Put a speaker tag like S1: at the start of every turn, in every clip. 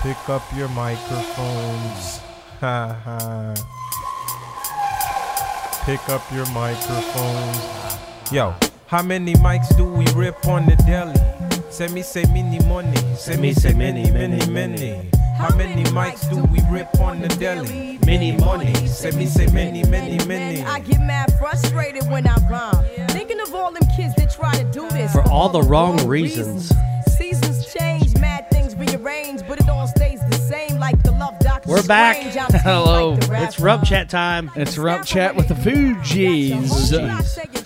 S1: Pick up your microphones. Ha ha. Pick up your microphones. Yo, how many mics do we rip on the deli? Say me, say mini money. Say me, say many, many, many. How many mics do we rip on the deli?
S2: Many money.
S1: Say me, say many, many, many.
S3: I get mad frustrated when I rhyme. Thinking of all them kids that try to do this
S2: For all the wrong reasons.
S3: Seasons change, mad things rearrange, but it all stays the same like the love doctor.
S2: We're back.
S3: Strange. I'm tame
S4: Hello.
S3: like the
S2: It's
S3: rapper.
S2: Rump Chat time.
S4: It's Rump Chat with the Fugees.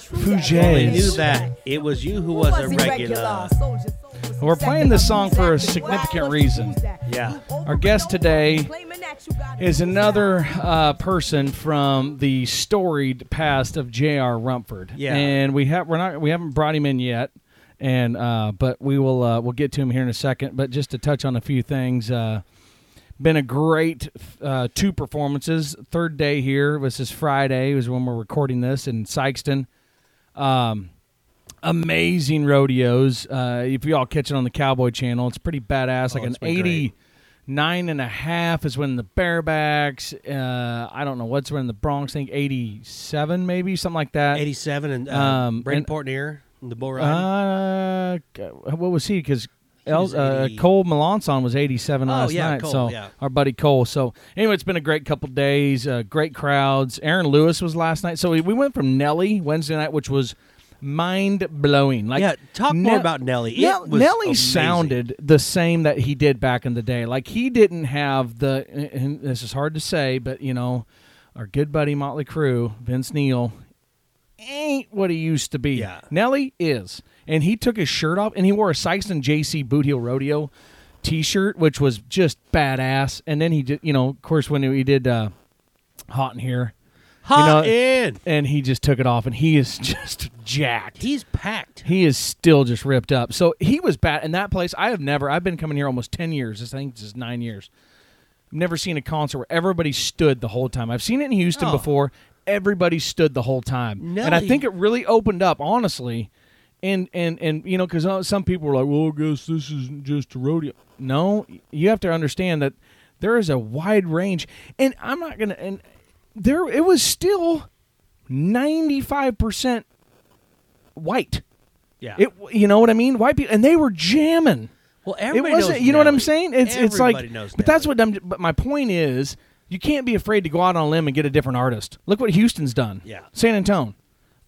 S4: Fugees.
S2: They knew that it was you who was a regular. Uh,
S3: We're playing this song for a significant reason.
S2: Yeah.
S3: Our guest today
S4: Is another uh, person from the storied past of J.R. Rumford.
S2: Yeah.
S4: and we have we're not we haven't brought him in yet, and uh, but we will uh, we'll get to him here in a second. But just to touch on a few things. Uh, been a great uh, two performances. Third day here was this Friday. Was when we're recording this in Sykeston. amazing rodeos. Uh, if you all catch it on the Cowboy Channel, it's pretty badass. Like an
S2: Oh, it's been great.
S4: 89 and a half is when the barebacks. Uh, I don't know what's when the Bronx. I think 87 maybe something like that.
S2: 87 and uh,
S4: Um,
S2: Brady
S4: and-
S2: Portnier and the Bull Ride.
S4: Uh, g- what was he? Because
S2: was
S4: uh,
S2: 80.
S4: Cole Melanson was 87
S2: Oh,
S4: last
S2: yeah,
S4: night.
S2: Cole,
S4: so
S2: yeah.
S4: our buddy Cole. So anyway, it's been a great couple days. Uh, great crowds. Aaron Lewis was last night. So we, we went from Nelly Wednesday night, which was mind blowing. Like
S2: Yeah, talk more
S4: Ne-
S2: about Nelly. It
S4: Nell-
S2: was
S4: Nelly
S2: amazing.
S4: sounded the same that he did back in the day. Like he didn't have the. and- And this is hard to say, but you know, our good buddy Motley Crue, Vince Neil, ain't what he used to be.
S2: Yeah.
S4: Nelly is. And he took his shirt off and he wore a Sykeston JC Boot Heel Rodeo t shirt, which was just badass. And then he did, you know, of course, when he did uh, Hot in Here,
S2: Hot
S4: know-
S2: in.
S4: and he just took it off and he is just jacked.
S2: He's packed.
S4: He is still just ripped up. So he was bad in that place. I have never. I've been coming here almost ten years. This I think this is nine years. Never seen a concert where everybody stood the whole time. I've seen it in Houston
S2: Oh.
S4: before. Everybody stood the whole time, and I
S2: Nelly-
S4: think it really opened up, honestly. And and and you know, because some people were like, "Well, I guess this isn't just a rodeo." No, you have to understand that there is a wide range, and I'm not gonna. And there, it was still ninety five percent white.
S2: Yeah.
S4: It, you know what I mean? White people, and they were jamming.
S2: well,
S4: It
S2: everybody
S4: wasn't.
S2: knows
S4: You know what I'm
S2: Nelly.
S4: saying? It's it's like.
S2: Everybody knows
S4: But that's
S2: Nelly.
S4: what. I'm, but my point is, you can't be afraid to go out on a limb and get a different artist. Look what Houston's done.
S2: Yeah.
S4: San Antonio,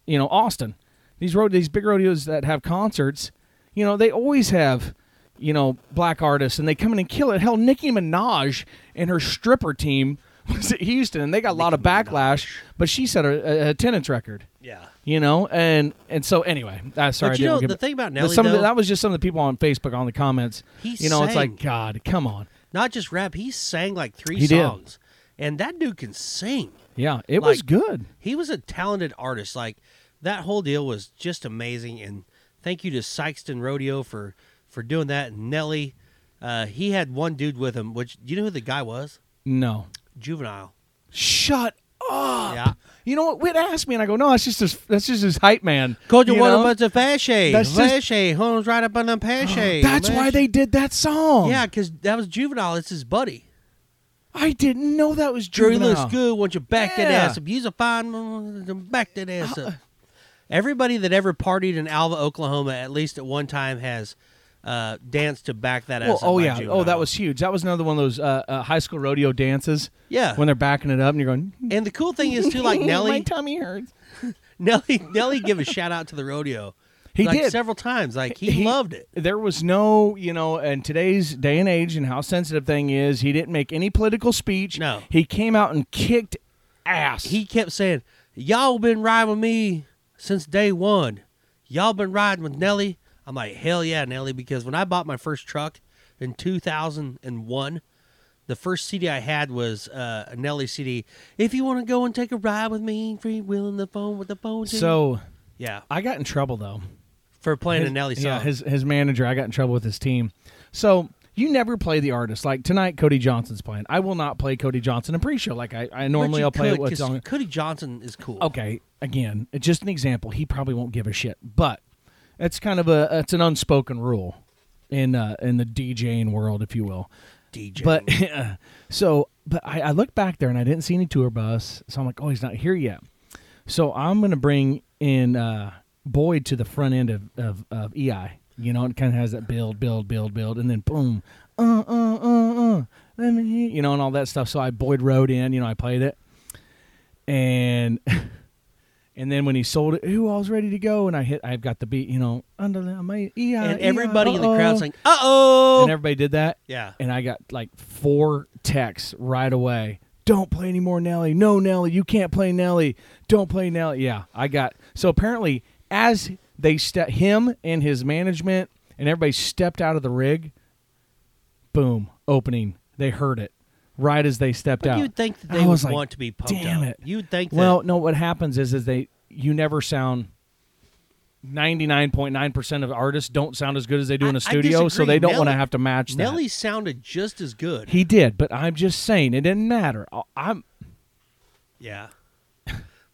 S4: you know Austin. These road these big rodeos that have concerts, you know they always have. You know, black artists, and they come in and kill it. Hell, Nicki Minaj and her stripper team was at Houston, and they got a lot of backlash. But she set a, a attendance record
S2: Yeah.
S4: you know and and so anyway i sorry
S2: But
S4: I
S2: you
S4: didn't
S2: know,
S4: give-
S2: the thing about
S4: but
S2: Nelly,
S4: some of the-
S2: though-
S4: that was just some of the people on facebook on the comments
S2: He
S4: you know it's
S2: sang.
S4: like god come on
S2: Not just rap. He sang like three
S4: He did.
S2: songs. And that dude can sing.
S4: yeah it was
S2: Like-
S4: good
S2: he was a talented artist. Like that whole deal was just amazing. And thank you to Sykeston Rodeo for for doing that. And Nelly, uh, he had one dude with him. Which do you know who the guy was?
S4: no
S2: Juvenile.
S4: shut up
S2: Yeah.
S4: you know what Whit asked me and i go no that's just his, that's just his hype man
S2: Called you one
S4: know?
S2: about the fashe.
S4: That's just-
S2: Fashe. Homes right up on the fashe.
S4: that's why they did that song
S2: Yeah, because that was Juvenile. It's his buddy.
S4: i didn't know that was
S2: Drew
S4: Juvenile.
S2: looks good. Won't you back that
S4: Yeah. Uh,
S2: ass up? Use a fine. one, Back that ass up. Everybody that ever partied in Alva, Oklahoma, at least at one time, has uh, danced to back that
S4: Well,
S2: ass. up
S4: oh
S2: by
S4: yeah,
S2: Juvenile.
S4: oh that was huge. That was another one of those uh, uh, high school rodeo dances.
S2: Yeah.
S4: when they're backing it up and you're going,
S2: And the cool thing is too, like
S4: my
S2: Nelly,
S4: tummy hurts.
S2: Nelly, Nelly, give a shout out to the rodeo.
S4: He
S2: like,
S4: did.
S2: several times. Like he, loved it.
S4: There was no, you know, and today's day and age and how sensitive thing is, he didn't make any political speech.
S2: No.
S4: He came out and kicked ass.
S2: He kept saying, "Y'all been riding with me since day one. Y'all been riding with Nelly." I'm like, "Hell yeah, Nelly!" Because when I bought my first truck in 2001, the first CD I had was uh, a Nelly CD. If you want to go and take a ride with me, free will in the phone with the phone. too."
S4: so
S2: yeah,
S4: I got in trouble though.
S2: for playing
S4: His-
S2: a Nelly song.
S4: Yeah, his his manager, I got in trouble with his team. So you never play the artist. Like tonight, Cody Johnson's playing. I will not play Cody Johnson in pre-show. Like I, I
S2: But
S4: normally
S2: you
S4: I'll play
S2: could,
S4: what's
S2: 'cause
S4: on.
S2: Cody Johnson is cool.
S4: okay again just an example he probably won't give a shit but it's kind of a it's an unspoken rule in uh in the djing world if you will
S2: DJ.
S4: But so, but I, I looked back there and I didn't see any tour bus. So I'm like, oh, he's not here yet. So I'm gonna bring in uh, Boyd to the front end of of, of EI. You know, it kind of has that build, build, build, build, and then boom, uh, uh, uh, uh, let me, hear- you know, and all that stuff. So I Boyd rode in. You know, I played it, and and then when he sold it, ooh, I was ready to go, and I hit. I've got the beat. You know, under my EI,
S2: and
S4: E
S2: everybody in the crowd's like, "Uh oh."
S4: and everybody did that.
S2: Yeah.
S4: And I got like four texts right away. Don't play anymore, Nelly. No, Nelly, you can't play Nelly. Don't play Nelly. Yeah, I got. So apparently, as they ste- him and his management and everybody stepped out of the rig, boom, opening. They heard it right as they stepped
S2: But
S4: out.
S2: you'd think that
S4: I
S2: they would
S4: was like,
S2: want to be pumped
S4: Damn
S2: up.
S4: it.
S2: You'd think that-
S4: Well, no. What happens is, is they you never sound. Ninety-nine point nine percent of artists don't sound as good as they do
S2: I-
S4: in
S2: I
S4: a studio, so
S2: disagree.
S4: they don't want to
S2: Nelly-
S4: have to match that.
S2: Nelly sounded just as good.
S4: He did, but I'm just saying it didn't matter. I- I'm.
S2: yeah.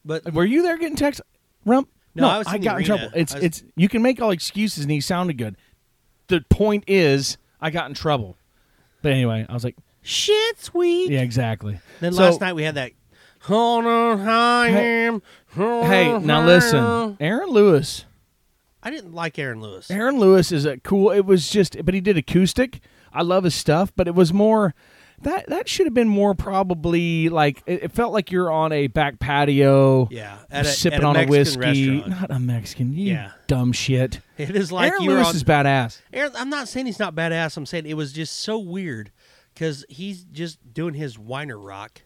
S2: But
S4: Were you there getting text? Rump?
S2: No, I was in the
S4: got in
S2: arena.
S4: trouble. It's
S2: I was-
S4: it's. You can make all excuses, and he sounded good. The point is, I got in trouble. But anyway, I was like,
S2: shit, sweet.
S4: yeah, exactly.
S2: Then
S4: So-
S2: last night we had that. Hold on, I
S4: Hey-
S2: am. "Oh,
S4: Hey, now listen, Aaron Lewis.
S2: I didn't like Aaron Lewis.
S4: Aaron Lewis is a cool. It was just, but he did acoustic. I love his stuff, but it was more that that should have been more probably like it, it felt like you're on a back patio.
S2: Yeah, at a-
S4: sipping
S2: at a
S4: on a
S2: Mexican
S4: whiskey.
S2: restaurant.
S4: Not a Mexican. You
S2: Yeah.
S4: dumb shit.
S2: It is like
S4: Aaron
S2: you're
S4: Lewis
S2: on-
S4: is badass.
S2: Aaron, I'm not saying he's not badass. I'm saying it was just so weird because he's just doing his whiner rock.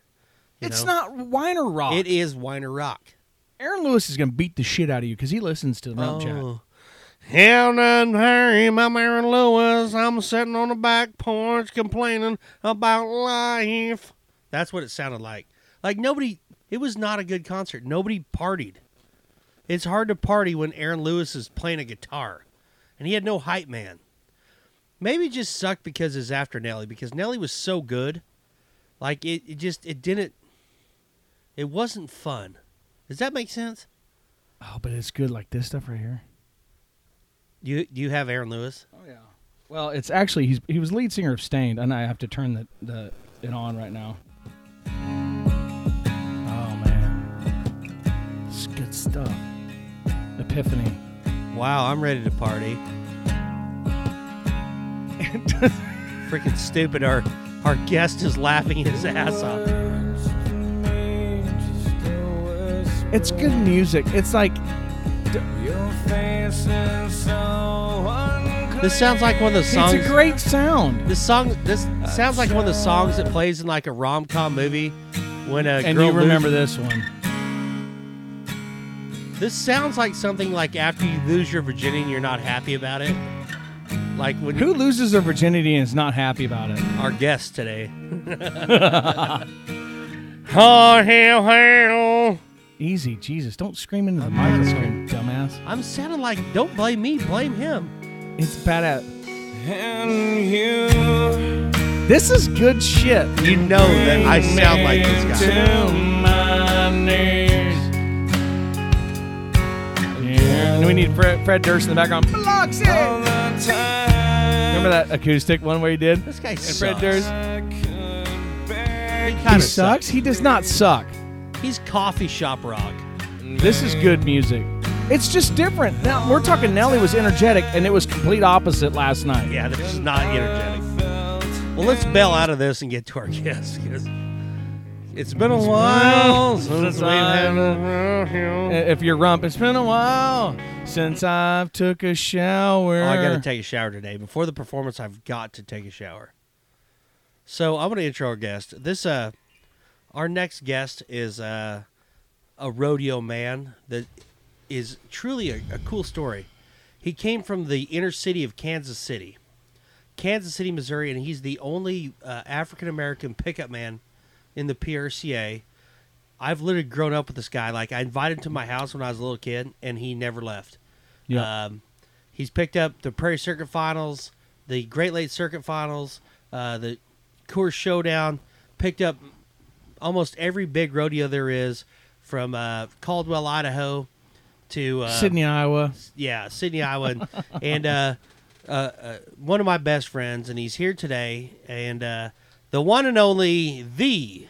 S2: you
S4: It's
S2: know?
S4: not Weiner rock.
S2: It is whiner rock.
S4: Aaron Lewis is gonna beat the shit out of you because he listens to the Rump
S2: Oh.
S4: Chat.
S2: Hell and Harry, I'm Aaron Lewis. I'm sitting on the back porch complaining about life. That's what it sounded like. Like nobody, it was not a good concert. Nobody partied. It's hard to party when Aaron Lewis is playing a guitar, and he had no hype man. Maybe it just sucked because it's after Nelly. Because Nelly was so good, like it, it just it didn't. It wasn't fun. Does that make sense?
S4: Oh, but it's good like this stuff right here.
S2: You do you have Aaron Lewis?
S4: Oh yeah. Well, it's actually he's he was lead singer of Stained, and I have to turn the, the it on right now. Oh man, it's good stuff. Epiphany.
S2: Wow, I'm ready to party. Freaking stupid. Our our guest is laughing his ass off.
S4: It's good music. It's like
S2: This sounds like one of the songs.
S4: it's a great sound.
S2: this song. This sounds like one of the songs that plays in like a rom com movie when a
S4: And
S2: girl.
S4: you remember
S2: loses-
S4: this one?
S2: This sounds like something like after you lose your virginity and you're not happy about it. Like when
S4: Who loses their virginity and is not happy about it?
S2: our guest today. oh hell hell.
S4: Easy, Jesus! Don't scream into the microphone, dumbass.
S2: I'm sounding like don't blame me, blame him.
S4: It's badass. This is good shit.
S2: You know that I sound like this guy.
S4: And we need Fred, Fred Durst in the background. Blocks it. Remember that acoustic one where he did?
S2: This guy
S4: And
S2: sucks.
S4: Fred Durst.
S2: He,
S4: He
S2: kinda
S4: sucks. He does not suck.
S2: He's coffee shop rock.
S4: This is good music. It's just different. Now we're talking. Nelly was energetic, and it was complete opposite last night.
S2: Yeah, this is not energetic. Well, let's bail out of this and get to our guest. 'cause It's been a while since we've had a.
S4: If you're rump, it's been a while since I've took a shower.
S2: Oh, I gotta take a shower today. Before the performance, I've got to take a shower. So I'm gonna intro our guest. This uh, our next guest is uh, a rodeo man that is truly a, a cool story. He came from the inner city of Kansas City, Kansas City, Missouri, and he's the only uh, African American pickup man in the PRCA. I've literally grown up with this guy. Like I invited him to my house when I was a little kid, and he never left.
S4: Yeah.
S2: Um, he's picked up the Prairie Circuit Finals, the Great Lakes Circuit Finals, uh, the Coors Showdown. Picked up almost every big rodeo there is, from uh, Caldwell, Idaho, to uh,
S4: Sydney, Iowa.
S2: yeah, Sydney, Iowa, and, and uh, one of my best friends, and he's here today, and uh, the one and only the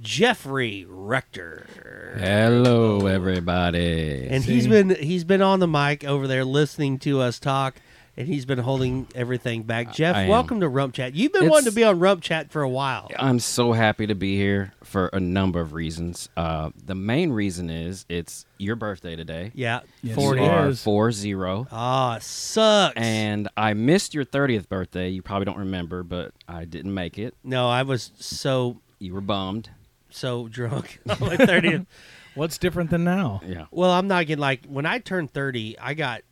S2: Jeffrey Rector.
S5: Hello, everybody.
S2: and he's been he's been on the mic over there listening to us talk and he's been holding everything back jeff
S5: I am.
S2: welcome to rump chat you've been
S5: It's-
S2: wanting to be on rump chat for a while
S5: I'm so happy to be here for a number of reasons. Uh, the main reason is it's your birthday today.
S2: yeah
S4: Yes,
S5: You
S4: it
S2: 40
S5: are
S4: is.
S5: four zero.
S2: ah sucks
S5: And I missed your 30th birthday. You probably don't remember, but I didn't make it.
S2: no i was so
S5: You were bummed.
S2: so drunk on my 30th
S4: What's different than now?
S5: Yeah.
S2: well i'm not getting like when i turned 30 i got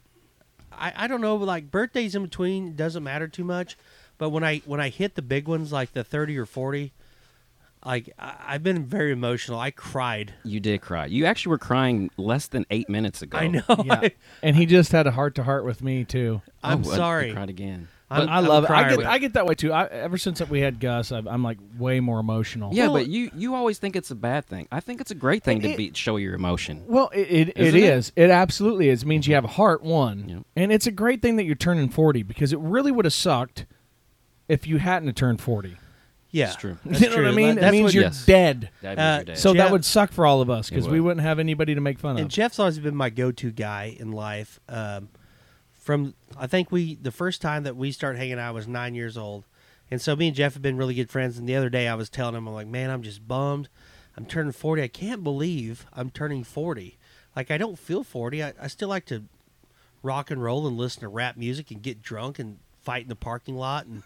S2: i i don't know like birthdays in between doesn't matter too much but when i when i hit the big ones like the 30 or 40 like I, i've been very emotional i cried
S5: You did cry. You actually were crying less than eight minutes ago.
S2: I know.
S4: Yeah. and he just had a heart to heart with me too.
S5: Oh,
S2: I'm
S5: I- I
S2: sorry.
S5: cried again.
S2: I'm-
S4: I love it. I
S2: crying
S4: get
S2: with-
S4: I get that way too. I, ever since we had Gus, I've, I'm like way more emotional.
S5: Yeah, but you you always think it's a bad thing. I think it's a great thing to
S4: It-
S5: be, show your emotion.
S4: Well, it, it, it
S5: Isn't it?
S4: is. It absolutely is. It means you have a heart, one.
S5: Yep.
S4: And it's a great thing that you're turning 40 because it really would have sucked if you hadn't have turned 40.
S2: Yeah,
S5: It's true.
S2: That's
S4: you know
S2: true.
S4: what I mean?
S2: That's
S4: it means
S2: what-
S4: you're
S5: Yes.
S4: dead.
S5: That
S2: Uh,
S5: was your day.
S4: So
S2: Jeff-
S4: that would suck for all of us because
S5: It
S4: we
S5: would.
S4: wouldn't have anybody to make fun
S2: And
S4: of.
S2: Jeff's always been my go-to guy in life. Um, from I think we the first time that we started hanging out I was nine years old, and so me and Jeff have been really good friends. And the other day I was telling him I'm like, man, I'm just bummed. I'm turning forty. I can't believe I'm turning forty. Like I don't feel forty. I, I still like to rock and roll and listen to rap music and get drunk and fight in the parking lot and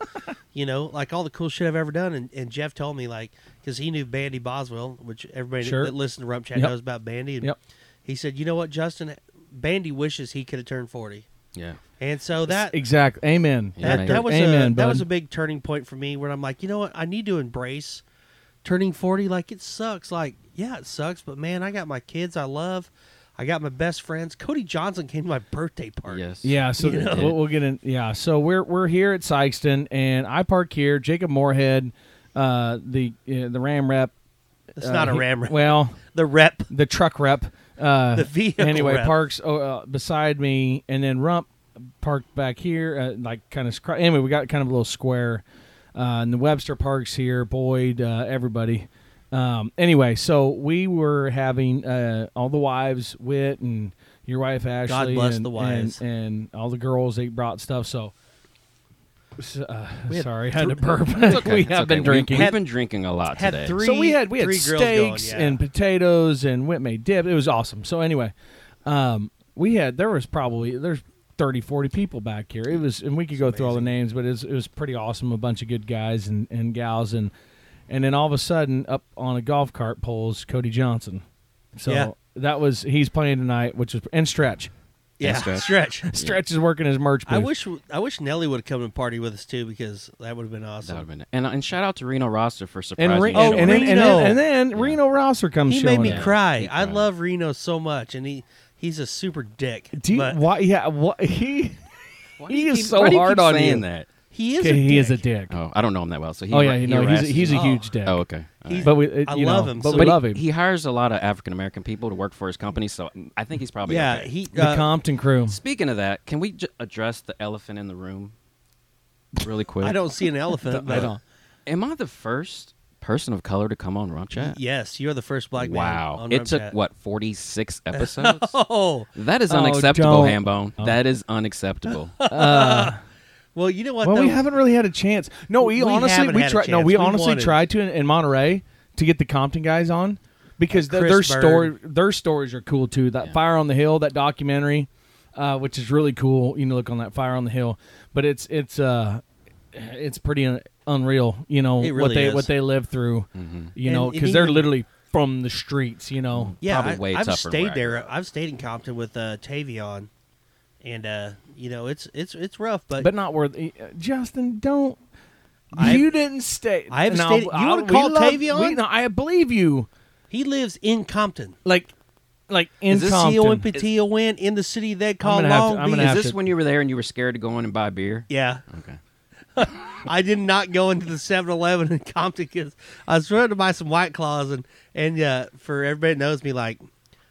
S2: you know like all the cool shit I've ever done. And, and Jeff told me like because he knew Bandy Boswell, which everybody
S4: Sure.
S2: that listened to Rump Chat
S4: Yep.
S2: knows about Bandy. And
S4: Yep.
S2: he said, "You know what, Justin? Bandy wishes he could have turned 40."
S5: yeah.
S2: And so that
S4: exactly. Amen.
S5: Yeah,
S2: that,
S5: man.
S2: that was
S4: Amen,
S2: a that
S4: bud.
S2: was a big turning point for me where I'm like, you know what? I need to embrace turning 40. Like it sucks. Like yeah, it sucks, but man, I got my kids. I love. I got my best friends. Cody Johnson came to my birthday party.
S5: Yes.
S4: Yeah, so
S5: You know?
S4: we'll, we'll get in. Yeah, so we're we're here at Sykeston, and I park here. Jacob Moorhead, uh, the uh, the Ram rep.
S2: It's
S4: uh,
S2: not a
S4: he-
S2: ram rep.
S4: Well,
S2: the rep.
S4: the truck rep. Uh,
S2: The vehicle
S4: Anyway,
S2: rep.
S4: parks oh, uh, beside me, and then Rump parked back here, uh, like kind of. Scr- anyway, we got kind of a little square, uh, and the Webster parks here, Boyd, uh, everybody. Um, anyway, so we were having uh, all the wives, Wit, and your wife Ashley.
S2: bless
S4: and,
S2: the wives.
S4: and, and all the girls. They brought stuff. So. s- Uh,
S2: We had
S4: sorry, I had to burp. we
S5: It's
S4: have been
S5: okay.
S4: drinking.
S5: We, have been drinking a lot
S2: Had
S5: today.
S2: three-
S4: So we had we had
S2: three grills
S4: steaks
S2: going, yeah.
S4: and potatoes and Whitmay dip. It was awesome. So anyway, um, we had there was probably there's 30, 40 people back here. It was and we could go through all the names, but it was, it was pretty awesome. A bunch of good guys and, and gals and and then all of a sudden up on a golf cart pulls Cody Johnson. So
S2: Yeah.
S4: that was he's playing tonight, which is and stretch.
S2: Yeah,
S5: Yes, Jeff.
S2: stretch.
S4: Stretch is working his merch booth.
S2: I wish I wish Nelly would have come and party with us too because that would have been
S5: That
S2: awesome.
S5: would've been- and and shout out to Reno Roster for surprising.
S4: and, Re-
S2: Oh,
S5: showing
S4: and, then,
S5: up.
S4: and
S2: Reno.
S4: then and then Reno Rosser comes
S2: he
S4: showing
S2: made me
S4: up.
S2: cry.
S5: He
S2: I
S5: cried.
S2: love Reno so much, and he he's a super dick.
S4: Do you,
S2: but
S4: why? Yeah, what he
S5: Why do
S4: he
S5: you
S4: is
S5: keep-
S4: so
S5: why do you
S4: hard
S5: keep
S4: on
S5: saying
S4: you.
S5: that.
S2: he is.
S4: Okay,
S2: A
S4: he
S2: dick.
S4: is a dick.
S5: Oh, I don't know him that well. So he
S4: oh yeah,
S5: he
S4: you know he's a,
S5: harasses
S4: he's a
S5: you.
S2: Oh.
S4: huge dick.
S5: Oh okay. All
S2: He's-
S5: right.
S4: But we, it,
S2: I
S4: you
S2: love
S4: know,
S2: him
S4: But
S2: so
S4: we
S2: much.
S4: love him.
S5: He hires a lot of African American people to work for his company, so I think he's probably
S2: Yeah,
S5: okay.
S2: he.
S4: the
S2: uh,
S4: Compton crew.
S5: Speaking of that, can we j- address the elephant in the room really quick?
S2: I don't see an elephant. but
S5: Am I the first person of color to come on Rump Chat?
S2: Yes, you're the first black man.
S5: Wow.
S2: on
S5: It
S2: Rump
S5: took
S2: Chat.
S5: what 46 episodes?
S2: Oh,
S5: that is
S4: Oh,
S5: unacceptable,
S4: don't. Oh.
S5: Hambone. That is unacceptable.
S2: well, you know what?
S4: Well,
S2: though?
S4: we haven't really had a chance. No, we,
S2: We
S4: honestly
S2: haven't
S4: we
S2: had a
S4: tried. No,
S2: chance. We
S4: we, honestly
S2: wanted-
S4: tried to in, in Monterey to get the Compton guys on because
S2: Like
S4: their-
S2: Chris
S4: their story
S2: Bird.
S4: their stories are cool too. That Fire on the Hill, that documentary, uh, which is really cool. You know, look on that Fire on the Hill, but it's it's uh, it's pretty un- unreal. You know
S2: It
S4: what
S2: really
S4: they
S2: is. Mm-hmm.
S4: what they live through. You
S2: And
S4: know,
S2: it
S4: because they're
S2: even-
S4: literally from the streets. You know.
S2: Yeah,
S5: Probably
S2: I,
S5: way
S2: I've
S5: tougher where
S2: stayed
S5: I
S2: there. I've stayed in Compton with uh, Tavion, and uh, you know it's it's it's rough, but,
S4: but not worth. uh, Justin, don't.
S2: I-
S4: you didn't stay.
S2: I have
S4: and
S2: stayed-
S4: I'll-
S2: you
S4: I'll-
S2: wanna
S4: we
S2: call
S4: love-
S2: Tavion?
S4: we- no, I believe you.
S2: he lives in Compton.
S4: Like, like in
S5: Is this
S4: Compton.
S2: Compton. T-O-N, in the city they call
S4: gonna have to-
S2: Long
S4: I'm gonna
S2: Beach.
S4: have
S5: is
S4: to-
S5: this when you were there and you were scared to go in and buy beer?
S2: Yeah.
S5: Okay.
S2: I did not go into the 7-Eleven in Compton because I was trying to buy some White Claws and and uh, for everybody that knows me, like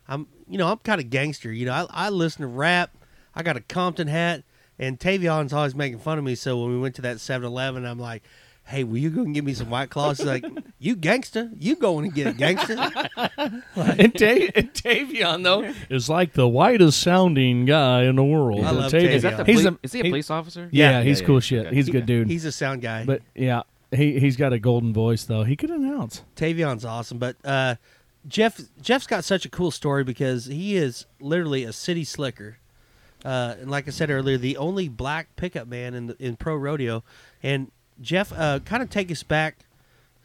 S2: I'm you know I'm kind of gangster. You know I, I listen to rap. I got a Compton hat And Tavion's always making fun of me. So when we went to that 7 Eleven, I'm like, hey, will you go and get me some White Claws? He's like, you gangster. You going and get a gangster.
S4: and, Ta- and Tavion though is like the whitest sounding guy in the world.
S2: I love
S4: Tavion-
S2: Tavion.
S5: Is that the
S4: he's
S5: poli-
S4: a-
S5: is he a police officer?
S4: Yeah, he's cool shit.
S5: Okay.
S4: He's a good dude.
S2: He's a sound guy.
S4: but yeah, he he's got a golden voice though. He could announce.
S2: Tavion's awesome, but uh, Jeff Jeff's got such a cool story because he is literally a city slicker. Uh, and like I said earlier, the only black pickup man in the, in pro rodeo. And Jeff, uh, kind of take us back.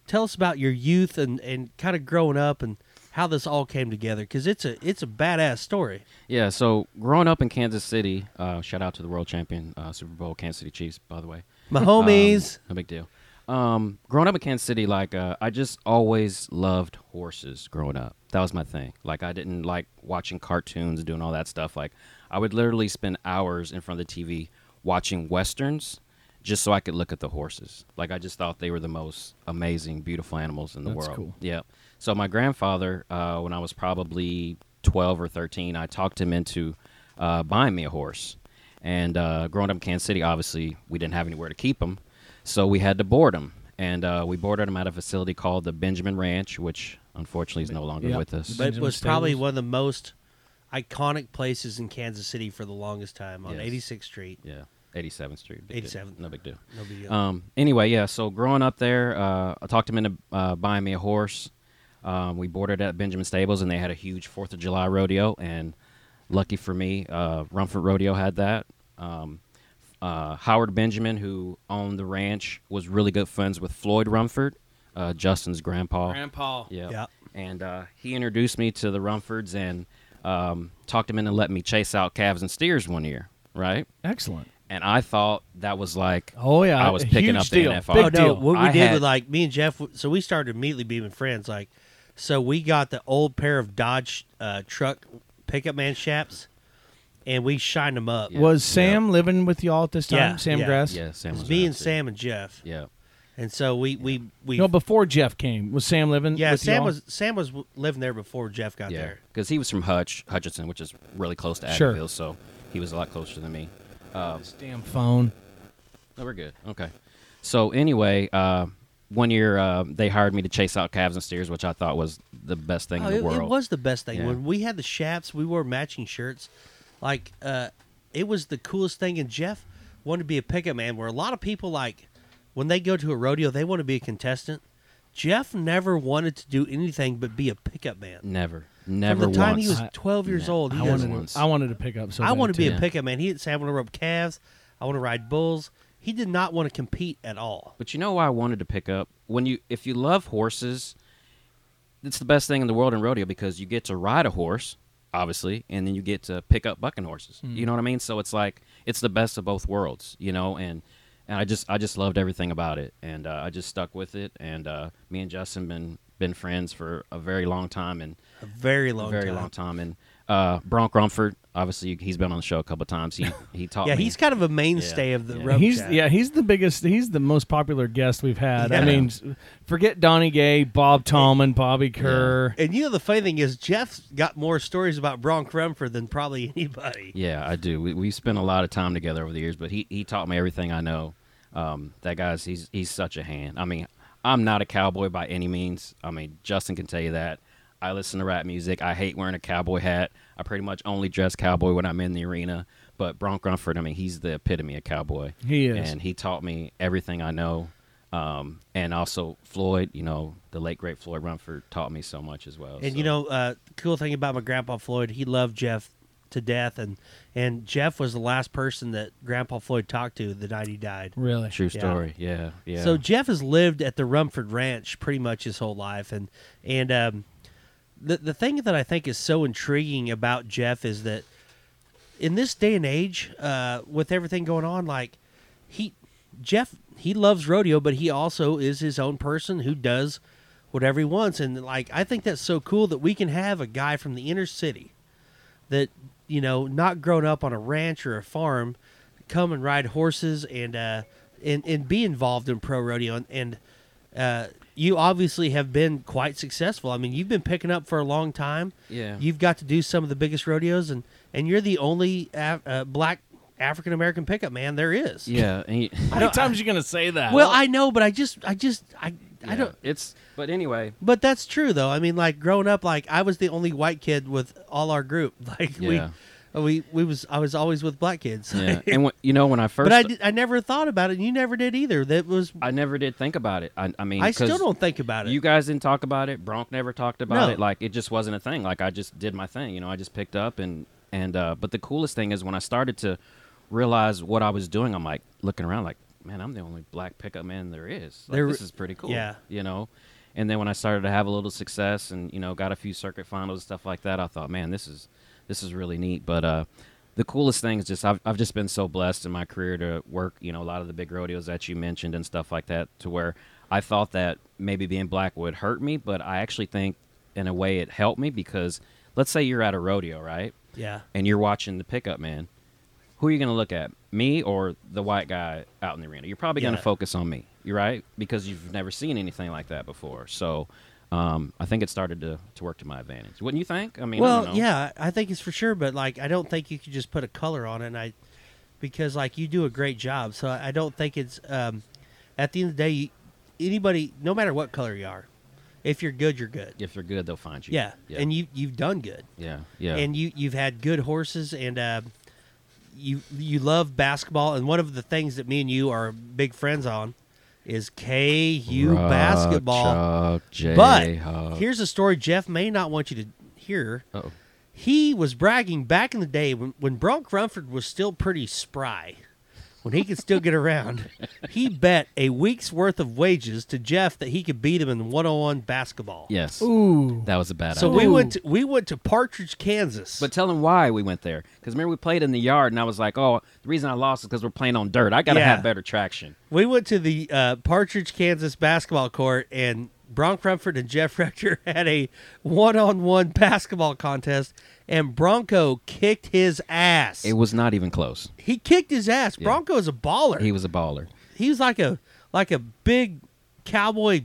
S2: Tell us about your youth and, and kind of growing up and how this all came together because it's a it's a badass story.
S5: Yeah, so growing up in Kansas City, uh, shout out to the world champion, uh, Super Bowl Kansas City Chiefs, by the way.
S2: My homies,
S5: Um, no big deal. Um, growing up in Kansas City, like uh, I just always loved horses. Growing up, that was my thing. Like I didn't like watching cartoons and doing all that stuff. Like I would literally spend hours in front of the TV watching westerns just so I could look at the horses. Like I just thought they were the most amazing, beautiful animals in the
S4: That's
S5: world.
S4: cool.
S5: Yeah. So my grandfather, uh, when I was probably 12 or 13, I talked him into uh, buying me a horse. And uh, growing up in Kansas City, obviously, we didn't have anywhere to keep him. So we had to board him. And uh, we boarded him at a facility called the Benjamin Ranch, which unfortunately is no longer
S4: Yeah.
S5: with us.
S2: but it
S4: Benjamin
S2: was probably
S4: Stables.
S2: one of the most iconic places in Kansas City for the longest time on
S5: Yes.
S2: 86th Street.
S5: Yeah, 87th Street. big deal.
S2: 87th.
S5: No big deal.
S2: No big deal.
S5: Um, anyway, yeah, so growing up there, uh, I talked him into uh, buying me a horse. Um, we boarded at Benjamin Stables, and they had a huge 4th of July rodeo. And lucky for me, uh, Rumford Rodeo had that. Um, uh, Howard Benjamin, who owned the ranch, was really good friends with Floyd Rumford, uh, Justin's grandpa.
S4: Grandpa.
S5: Yeah.
S2: Yeah.
S5: And uh, he introduced me to the Rumfords and um, talked him into letting me chase out calves and steers one year, right?
S4: Excellent.
S5: and I thought that was like
S4: Oh, yeah,
S5: I was
S4: a
S5: picking
S4: huge
S5: up
S4: deal.
S5: the NFL.
S2: oh,
S4: Big
S2: no,
S4: deal.
S2: What we
S5: I
S2: did
S5: had-
S2: with like me and Jeff, so we started immediately being friends. Like, so we got the old pair of Dodge uh, truck pickup man shafts, and we shined them up.
S5: Yeah.
S4: Was Sam living with y'all at this time?
S2: Yeah,
S4: Sam
S2: yeah.
S4: Grass.
S5: yeah, Sam
S2: It
S5: was
S2: was me
S5: there,
S2: and
S5: too.
S2: Sam and Jeff,
S5: Yeah,
S2: and so we we we
S4: No, before Jeff came, was Sam living?
S2: yeah.
S4: with
S2: Sam
S4: y'all?
S2: was Sam was w- living there before Jeff got
S5: yeah,
S2: there.
S5: because he was from Hutch Hutchinson, which is really close to
S4: Sure.
S5: Abbeville, so he was a lot closer than me.
S4: This damn phone.
S5: No, we're good. Okay. So anyway, uh, one year uh, they hired me to chase out calves and steers, which I thought was the best thing
S2: Oh,
S5: in the
S2: it,
S5: world.
S2: it was the best thing
S5: Yeah.
S2: when we had the shafts. We wore matching shirts, like uh, it was the coolest thing. And Jeff wanted to be a pickup man. Where a lot of people like when they go to a rodeo, they want to be a contestant. Jeff never wanted to do anything but be a pickup man.
S5: never, never
S2: From the time
S5: once.
S2: he was
S4: I-
S2: twelve years old, he
S5: I
S2: I,
S5: wanted
S2: doesn't,
S5: to-
S2: wanted,
S5: Once.
S4: I wanted to pick up. So
S2: I
S4: bad,
S2: want to be
S4: too.
S2: a pickup man. He didn't say I want to rope calves. I want to ride bulls. He did not want to compete at all.
S5: But you know why I wanted to pick up when you if you love horses, it's the best thing in the world in rodeo because you get to ride a horse, obviously, and then you get to pick up bucking horses.
S2: Hmm.
S5: You know what I mean? So it's like it's the best of both worlds, you know. And and I just I just loved everything about it, and uh, I just stuck with it. And uh, me and Justin been been friends for a very long time, and
S2: A very long,
S5: very
S2: time.
S5: long time. And uh, Bronk Rumford, obviously, he's been on the show a couple of times. He he taught.
S2: Yeah,
S5: me.
S2: he's kind of a mainstay of the
S5: yeah.
S2: rope.
S4: He's
S2: chat.
S4: yeah, he's the biggest. He's the most popular guest we've had. I
S2: Yeah.
S4: mean, s- forget Donnie Gay, Bob Tomlin, Bobby Kerr.
S2: And you know the funny thing is Jeff's got more stories about Bronk Rumford than probably anybody.
S5: Yeah, I do. We we spent a lot of time together over the years, but he, he taught me everything I know. Um, that guy's he's he's such a hand. I mean, I'm not a cowboy by any means. I mean, Justin can tell you that. I listen to rap music. I hate wearing a cowboy hat. I pretty much only dress cowboy when I'm in the arena. But Bronk Rumford, I mean, he's the epitome of cowboy.
S4: He is.
S5: and he taught me everything I know. Um, and also Floyd, you know, the late great Floyd Rumford taught me so much as well.
S2: And
S5: so.
S2: you know, uh, cool thing about my grandpa Floyd, he loved Jeff to death, and and Jeff was the last person that Grandpa Floyd talked to the night he died.
S4: Really,
S5: true
S2: yeah.
S5: story. Yeah, yeah.
S2: So Jeff has lived at the Rumford Ranch pretty much his whole life, and and um, the the thing that I think is so intriguing about Jeff is that in this day and age, uh, with everything going on, like he Jeff he loves rodeo, but he also is his own person who does whatever he wants, and like I think that's so cool that we can have a guy from the inner city that you know not grown up on a ranch or a farm come and ride horses and uh and, and be involved in pro rodeo and, and uh you obviously have been quite successful i mean you've been picking up for a long time
S5: Yeah.
S2: you've got to do some of the biggest rodeos and and you're the only uh, uh, black African American pickup man there is.
S5: Yeah. and you-
S4: How many times you gonna say that?
S2: Well, I know, but I just, I just, I, I
S5: yeah,
S2: don't.
S5: It's. But anyway.
S2: But that's true though. I mean, like growing up, like I was the only white kid with all our group. Like
S5: Yeah.
S2: we, we, we was, I was always with black kids.
S5: Yeah. and when, you know when I first.
S2: but I, did- I never thought about it, and you never did either. That was,
S5: I never did think about it. I, I mean,
S2: I still
S5: 'cause
S2: don't think about it.
S5: You guys didn't talk about it. Bronk never talked about
S2: No.
S5: it. Like it just wasn't a thing. Like I just did my thing. You know, I just picked up and and. Uh, but the coolest thing is when I started to realize what I was doing. I'm like looking around, like, man, I'm the only black pickup man there is. Like,
S2: There-
S5: this is pretty cool.
S2: yeah.
S5: you know. And then when I started to have a little success and you know got a few circuit finals and stuff like that, I thought, man, this is this is really neat. But uh, the coolest thing is just I've I've just been so blessed in my career to work you know a lot of the big rodeos that you mentioned and stuff like that to where I thought that maybe being black would hurt me, but I actually think in a way it helped me because let's say you're at a rodeo, right?
S2: yeah,
S5: and you're watching the pickup man, who are you going to look at? Me or the white guy out in the arena? You're probably going
S2: Yeah.
S5: to focus on me. You're right because you've never seen anything like that before. So um, I think it started to, to work to my advantage. Wouldn't you think? I mean, I
S2: well,
S5: don't know.
S2: yeah, I think it's for sure, but like I don't think you could just put a color on it. And I because like you do a great job, so I I don't think it's um, at the end of the day, you- anybody, no matter what color you are, if you're good, you're good.
S5: If you're good, they'll find you.
S2: Yeah,
S5: yeah,
S2: and you you've done good,
S5: yeah, yeah.
S2: and you you've had good horses, and uh, you you love basketball. And one of the things that me and you are big friends on is KU basketball. But here's a story Jeff may not want you to hear
S5: oh,
S2: he was bragging back in the day when, when Bronk Rumford was still pretty spry, when he could still get around. He bet a week's worth of wages to Jeff that he could beat him in one on one basketball.
S5: yes,
S4: Ooh.
S5: that was a bad.
S2: So
S5: idea.
S2: we went to, we went to Partridge, Kansas.
S5: But tell him why we went there. Because remember, we played in the yard, and I was like, oh, the reason I lost is because we're playing on dirt. I got to
S2: Yeah.
S5: have better traction.
S2: we went to the uh, Partridge, Kansas basketball court, and Bronk Rumford and Jeff Rector had a one on one basketball contest, and Bronco kicked his ass.
S5: It was not even close.
S2: he kicked his ass. Bronco is a baller.
S5: He was a baller.
S2: he was like a like a big cowboy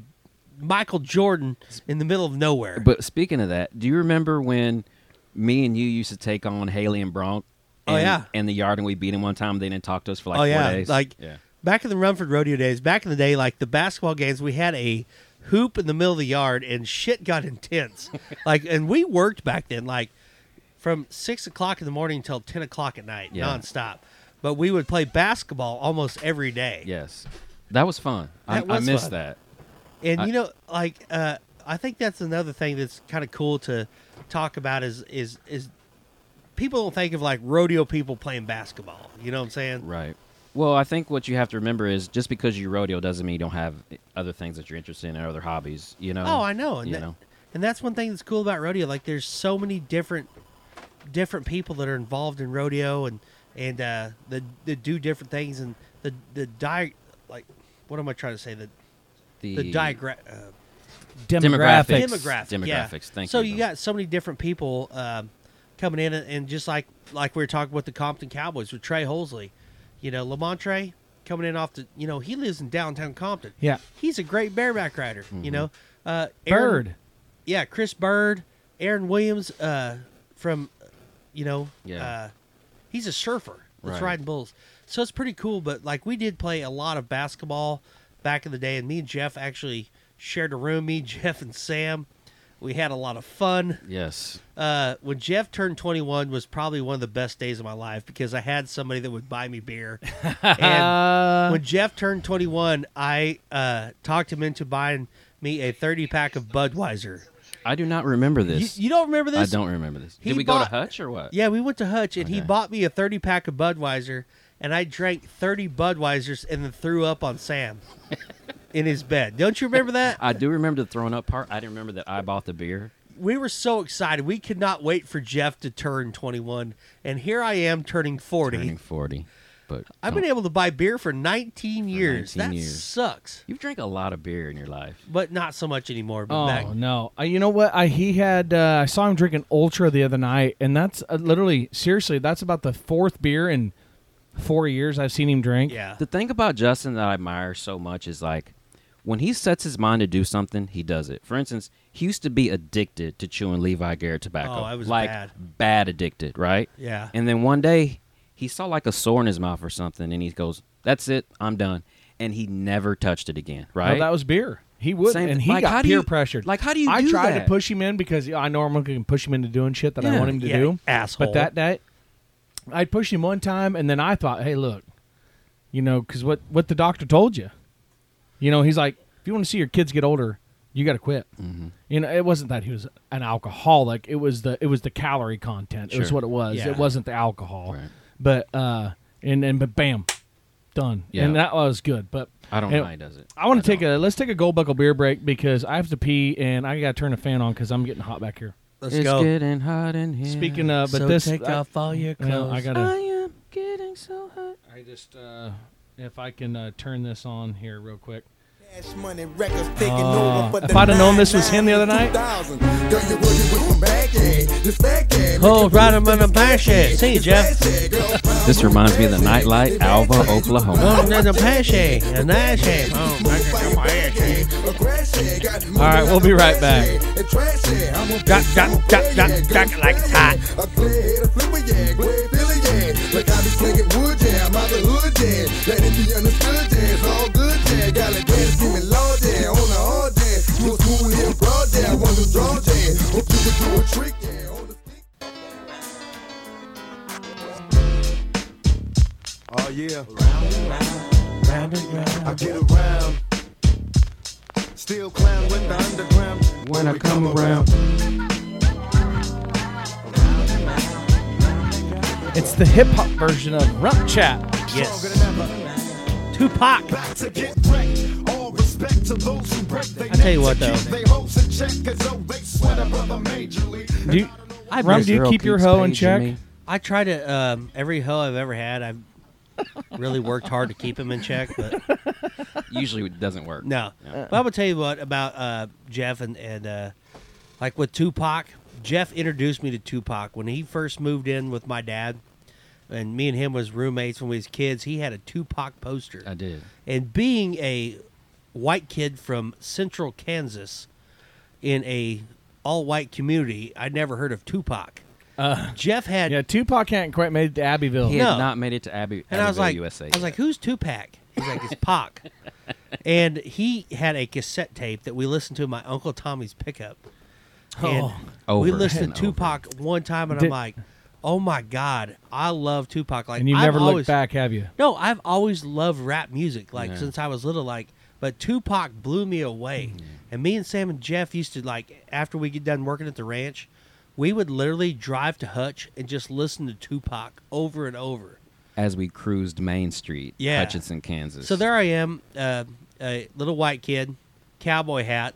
S2: Michael Jordan in the middle of nowhere.
S5: But speaking of that, do you remember when me and you used to take on Haley and Bronk?
S2: Oh,
S5: in-
S2: yeah.
S5: in the yard, and we beat him one time. They didn't talk to us for like
S2: oh
S5: four
S2: yeah,
S5: days.
S2: like
S5: yeah,
S2: back in the Rumford Rodeo days, back in the day, like the basketball games, we had a hoop in the middle of the yard, and shit got intense. like, and we worked back then, like from six o'clock in the morning until ten o'clock at night,
S5: Yeah.
S2: nonstop. But we would play basketball almost every day.
S5: yes, that was fun. I,
S2: That was
S5: I missed
S2: fun.
S5: that.
S2: And
S5: I-
S2: you know, like uh, I think that's another thing that's kind of cool to talk about is is is people don't think of like rodeo people playing basketball. You know what I'm saying?
S5: Right. Well, I think what you have to remember is just because you rodeo doesn't mean you don't have other things that you're interested in or other hobbies. You know.
S2: Oh, I know. And
S5: Um, you
S2: that-
S5: know.
S2: and that's one thing that's cool about rodeo. Like, there's so many different different people that are involved in rodeo and and uh, that that do different things and the the di like what am I trying to say the
S5: The,
S2: the diagram. Uh,
S5: Demographics.
S2: demographic,
S5: Demographics, thank
S2: so
S5: you,
S2: you
S5: Bill.
S2: got so many different people um, coming in, and, and just like like we were talking with the Compton Cowboys with Trey Holsley, you know Lamontre coming in off the, you know he lives in downtown Compton.
S4: Yeah.
S2: he's a great bareback rider.
S5: Mm-hmm.
S2: You know, uh, Aaron-
S4: Bird.
S2: Yeah, Chris Bird, Aaron Williams uh, from, you know,
S5: Yeah.
S2: uh, he's a surfer that's
S5: Right.
S2: riding bulls. So it's pretty cool. But like we did play a lot of basketball back in the day, and me and Jeff actually shared a room. Me, Jeff, and Sam. We had a lot of fun.
S5: Yes.
S2: Uh, when Jeff turned 21 was probably one of the best days of my life because I had somebody that would buy me beer. and when Jeff turned 21, I uh, talked him into buying me a 30 pack of Budweiser.
S5: I do not remember
S2: You,
S5: this.
S2: you don't remember this?
S5: I don't remember this.
S2: he
S5: Did we go
S2: bought-
S5: to Hutch or what?
S2: Yeah, we went to Hutch and he
S5: Okay.
S2: bought me a 30 pack of Budweiser, and I drank 30 Budweisers and then threw up on Sam in his bed. Don't you remember that?
S5: I do remember the throwing up part. I didn't remember that I bought the beer.
S2: We were so excited. We could not wait for Jeff to turn 21, and here I am turning 40.
S5: Turning forty, but
S2: I've
S5: don't-
S2: been able to buy beer for 19 years.
S5: 19
S2: that
S5: years.
S2: sucks,
S5: You've drank a lot of beer in your life.
S2: but not so much anymore. But
S4: Oh
S2: back,
S4: no! Uh, you know what? I he had. Uh, I saw him drinking Ultra the other night, and that's uh, literally, seriously, that's about the fourth beer in four years I've seen him drink.
S2: yeah,
S5: The thing about Justin that I admire so much is like when he sets his mind to do something, he does it. For instance, he used to be addicted to chewing Levi Garrett tobacco.
S2: Oh, I was
S5: like
S2: bad.
S5: addicted, right?
S2: Yeah.
S5: And then one day He saw like a sore in his mouth or something, and he goes, "That's it, I'm done." And he never touched it again.
S4: Well,
S5: Right?
S4: that was beer. He would,
S5: Same-
S4: and he
S5: like, how
S4: got
S5: do
S4: peer
S5: you-
S4: pressured.
S5: like, how do you
S4: I
S5: do
S4: tried to
S5: that?
S4: push him in because I normally can push him into doing shit that I
S5: Yeah.
S4: want him to
S2: Yeah,
S4: do.
S2: asshole.
S4: But that night, I pushed him one time, and then I thought, hey, look, you know, because what what the doctor told you, you know, he's like, if you want to see your kids get older, you got to quit.
S5: Mm-hmm.
S4: You know, it wasn't that he was an alcoholic. It was the it was the calorie content. It was
S5: Sure.
S4: what it was.
S2: Yeah.
S4: It wasn't the alcohol.
S5: Right.
S4: But uh, and and but bam, done.
S5: Yeah.
S4: And that was good. But
S5: I don't
S4: and-
S5: know how he does it.
S4: I want to take
S5: don't.
S4: a let's take a gold buckle beer break because I have to pee and I gotta turn the fan on because I'm getting hot back here.
S2: Let's
S5: it's
S2: go.
S5: getting hot in here.
S4: Speaking of, but
S2: so
S4: this
S2: take
S4: I,
S2: off all your
S4: you
S2: clothes.
S4: know, I
S5: I
S4: gotta
S5: am getting so hot.
S4: I just uh, if I can uh, turn this on here real quick.
S6: Cash Money Records taking
S4: Oh,
S6: over for
S4: if
S6: the
S4: I'd have known this was him the other
S6: 99
S4: night.
S6: 2000. Girl, you working with some bad cat. This bad cat
S2: Oh,
S6: make
S2: right,
S6: you
S2: I'm
S6: feel
S2: on a bad cat. See you,
S6: This
S2: Jeff.
S6: bad cat, girl,
S5: This reminds me of the nightlight, Alva, Oklahoma.
S2: Oh, there's a passion, a nice shape. Oh, I can-
S6: fire bad cat. Aggressive, got moving
S4: right, we'll
S6: like
S4: be
S6: a
S4: right
S6: trash
S4: back.
S6: cat. A trash cat. I'm a
S2: Duck, duck,
S6: big
S2: duck,
S6: fan,
S2: duck,
S6: yeah,
S2: duck
S6: good
S2: like it's hot.
S6: fan, yeah. A clear head, a flipper, yeah. Great Billy, yeah. Look, I be slinging wood, yeah. I'm out the hood, yeah. Let it be understood, yeah. It's all good, yeah. Got it, dance, give me law, yeah. On the hard, yeah. Smooth, cool, yeah. Broad, yeah. Want to draw, yeah. Hope you can do a trick, yeah. On the stick. Oh, yeah.
S2: Round and round.
S6: I get around. Still clown with the underground when I come around.
S4: It's the hip hop version of Rump Chat.
S2: Yes. Tupac.
S6: Back to get wrecked. All respect to those who break their
S2: I tell you
S6: necks
S2: what,
S6: to
S2: though.
S6: keep They hoes in check 'cause though they sweat a brother majorly.
S4: Do you, Rum, do you keep your hoe in check?
S2: I try to um, every hoe I've ever had. I've really worked hard to keep him in check, but
S5: Usually it doesn't work.
S2: no. But I'm gonna tell you what about uh, Jeff and and uh, like with Tupac. Jeff introduced me to Tupac when he first moved in with my dad, and me and him was roommates when we was kids. He had a Tupac poster.
S5: I did.
S2: And being a white kid from central Kansas in a all white community, I never heard of Tupac.
S5: Uh,
S2: Jeff had
S4: Yeah, Tupac hadn't quite made it to Abbeville.
S5: He
S2: No.
S5: had not made it to Abbey,
S2: and I was
S5: Abbeville,
S2: like,
S5: USA.
S2: I was like, who's Tupac? He's like, it's Pac. and he had a cassette tape that we listened to in my uncle Tommy's pickup. And
S5: Oh. Over
S2: we listened
S5: and
S2: to
S5: over.
S2: Tupac one time, and
S4: Did-
S2: I'm like, oh my god, I love Tupac. Like,
S4: and you
S2: I've
S4: never
S2: always,
S4: looked back, have you?
S2: No, I've always loved rap music, like
S5: Yeah.
S2: since I was little. Like, but Tupac blew me away.
S5: Hmm.
S2: And me and Sam and Jeff used to like after we get done working at the ranch, we would literally drive to Hutch and just listen to Tupac over and over.
S5: as we cruised Main Street,
S2: Yeah.
S5: Hutchinson, Kansas.
S2: So there I am, uh, a little white kid, cowboy hat.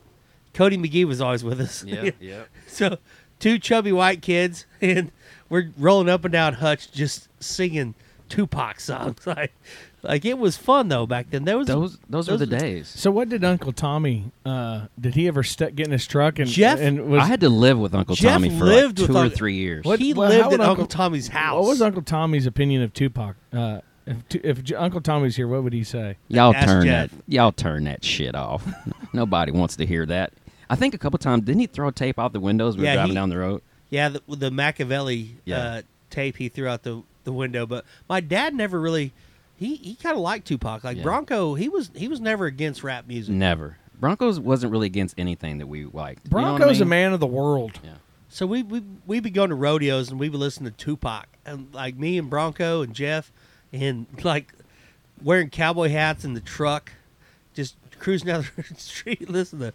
S2: Cody McGee was always with us.
S5: Yeah, yeah.
S2: so two chubby white kids, and we're rolling up and down Hutch, just singing Tupac songs. Like, like it was fun though back then. There was
S5: Those those were the days.
S4: So what did Uncle Tommy? Uh, did he ever st- get in his truck and
S2: Jeff-
S4: and was
S5: I had to live with Uncle
S2: Jeff
S5: Tommy for like
S2: lived with
S5: two or
S2: Uncle-
S5: three years.
S4: What-
S2: He
S4: well, how
S2: lived
S4: would
S2: at Uncle,
S4: Uncle-
S2: Tommy's house.
S4: What was Uncle Tommy's opinion of Tupac? Uh, if, Tu- if J- Uncle Tommy's here, what would he say?
S5: Y'all
S2: Ask
S5: turn
S2: Jeff.
S5: that y'all turn that shit off. Nobody wants to hear that. I think a couple times didn't he throw tape out the windows we
S2: Yeah,
S5: were driving
S2: he-
S5: down the road?
S2: Yeah, the, the Machiavelli
S5: Yeah.
S2: uh, tape he threw out the, the window. But my dad never really. He, he kind of liked Tupac. Like
S5: Yeah.
S2: Bronco, he was he was never against rap music.
S5: Never. Broncos wasn't really against anything that we liked.
S4: Bronco's
S5: you know what I mean?
S4: a man of the world.
S5: Yeah.
S2: So we we we be going to rodeos and we be listening to Tupac and like me and Bronco and Jeff and like wearing cowboy hats in the truck, just cruising down the street listening to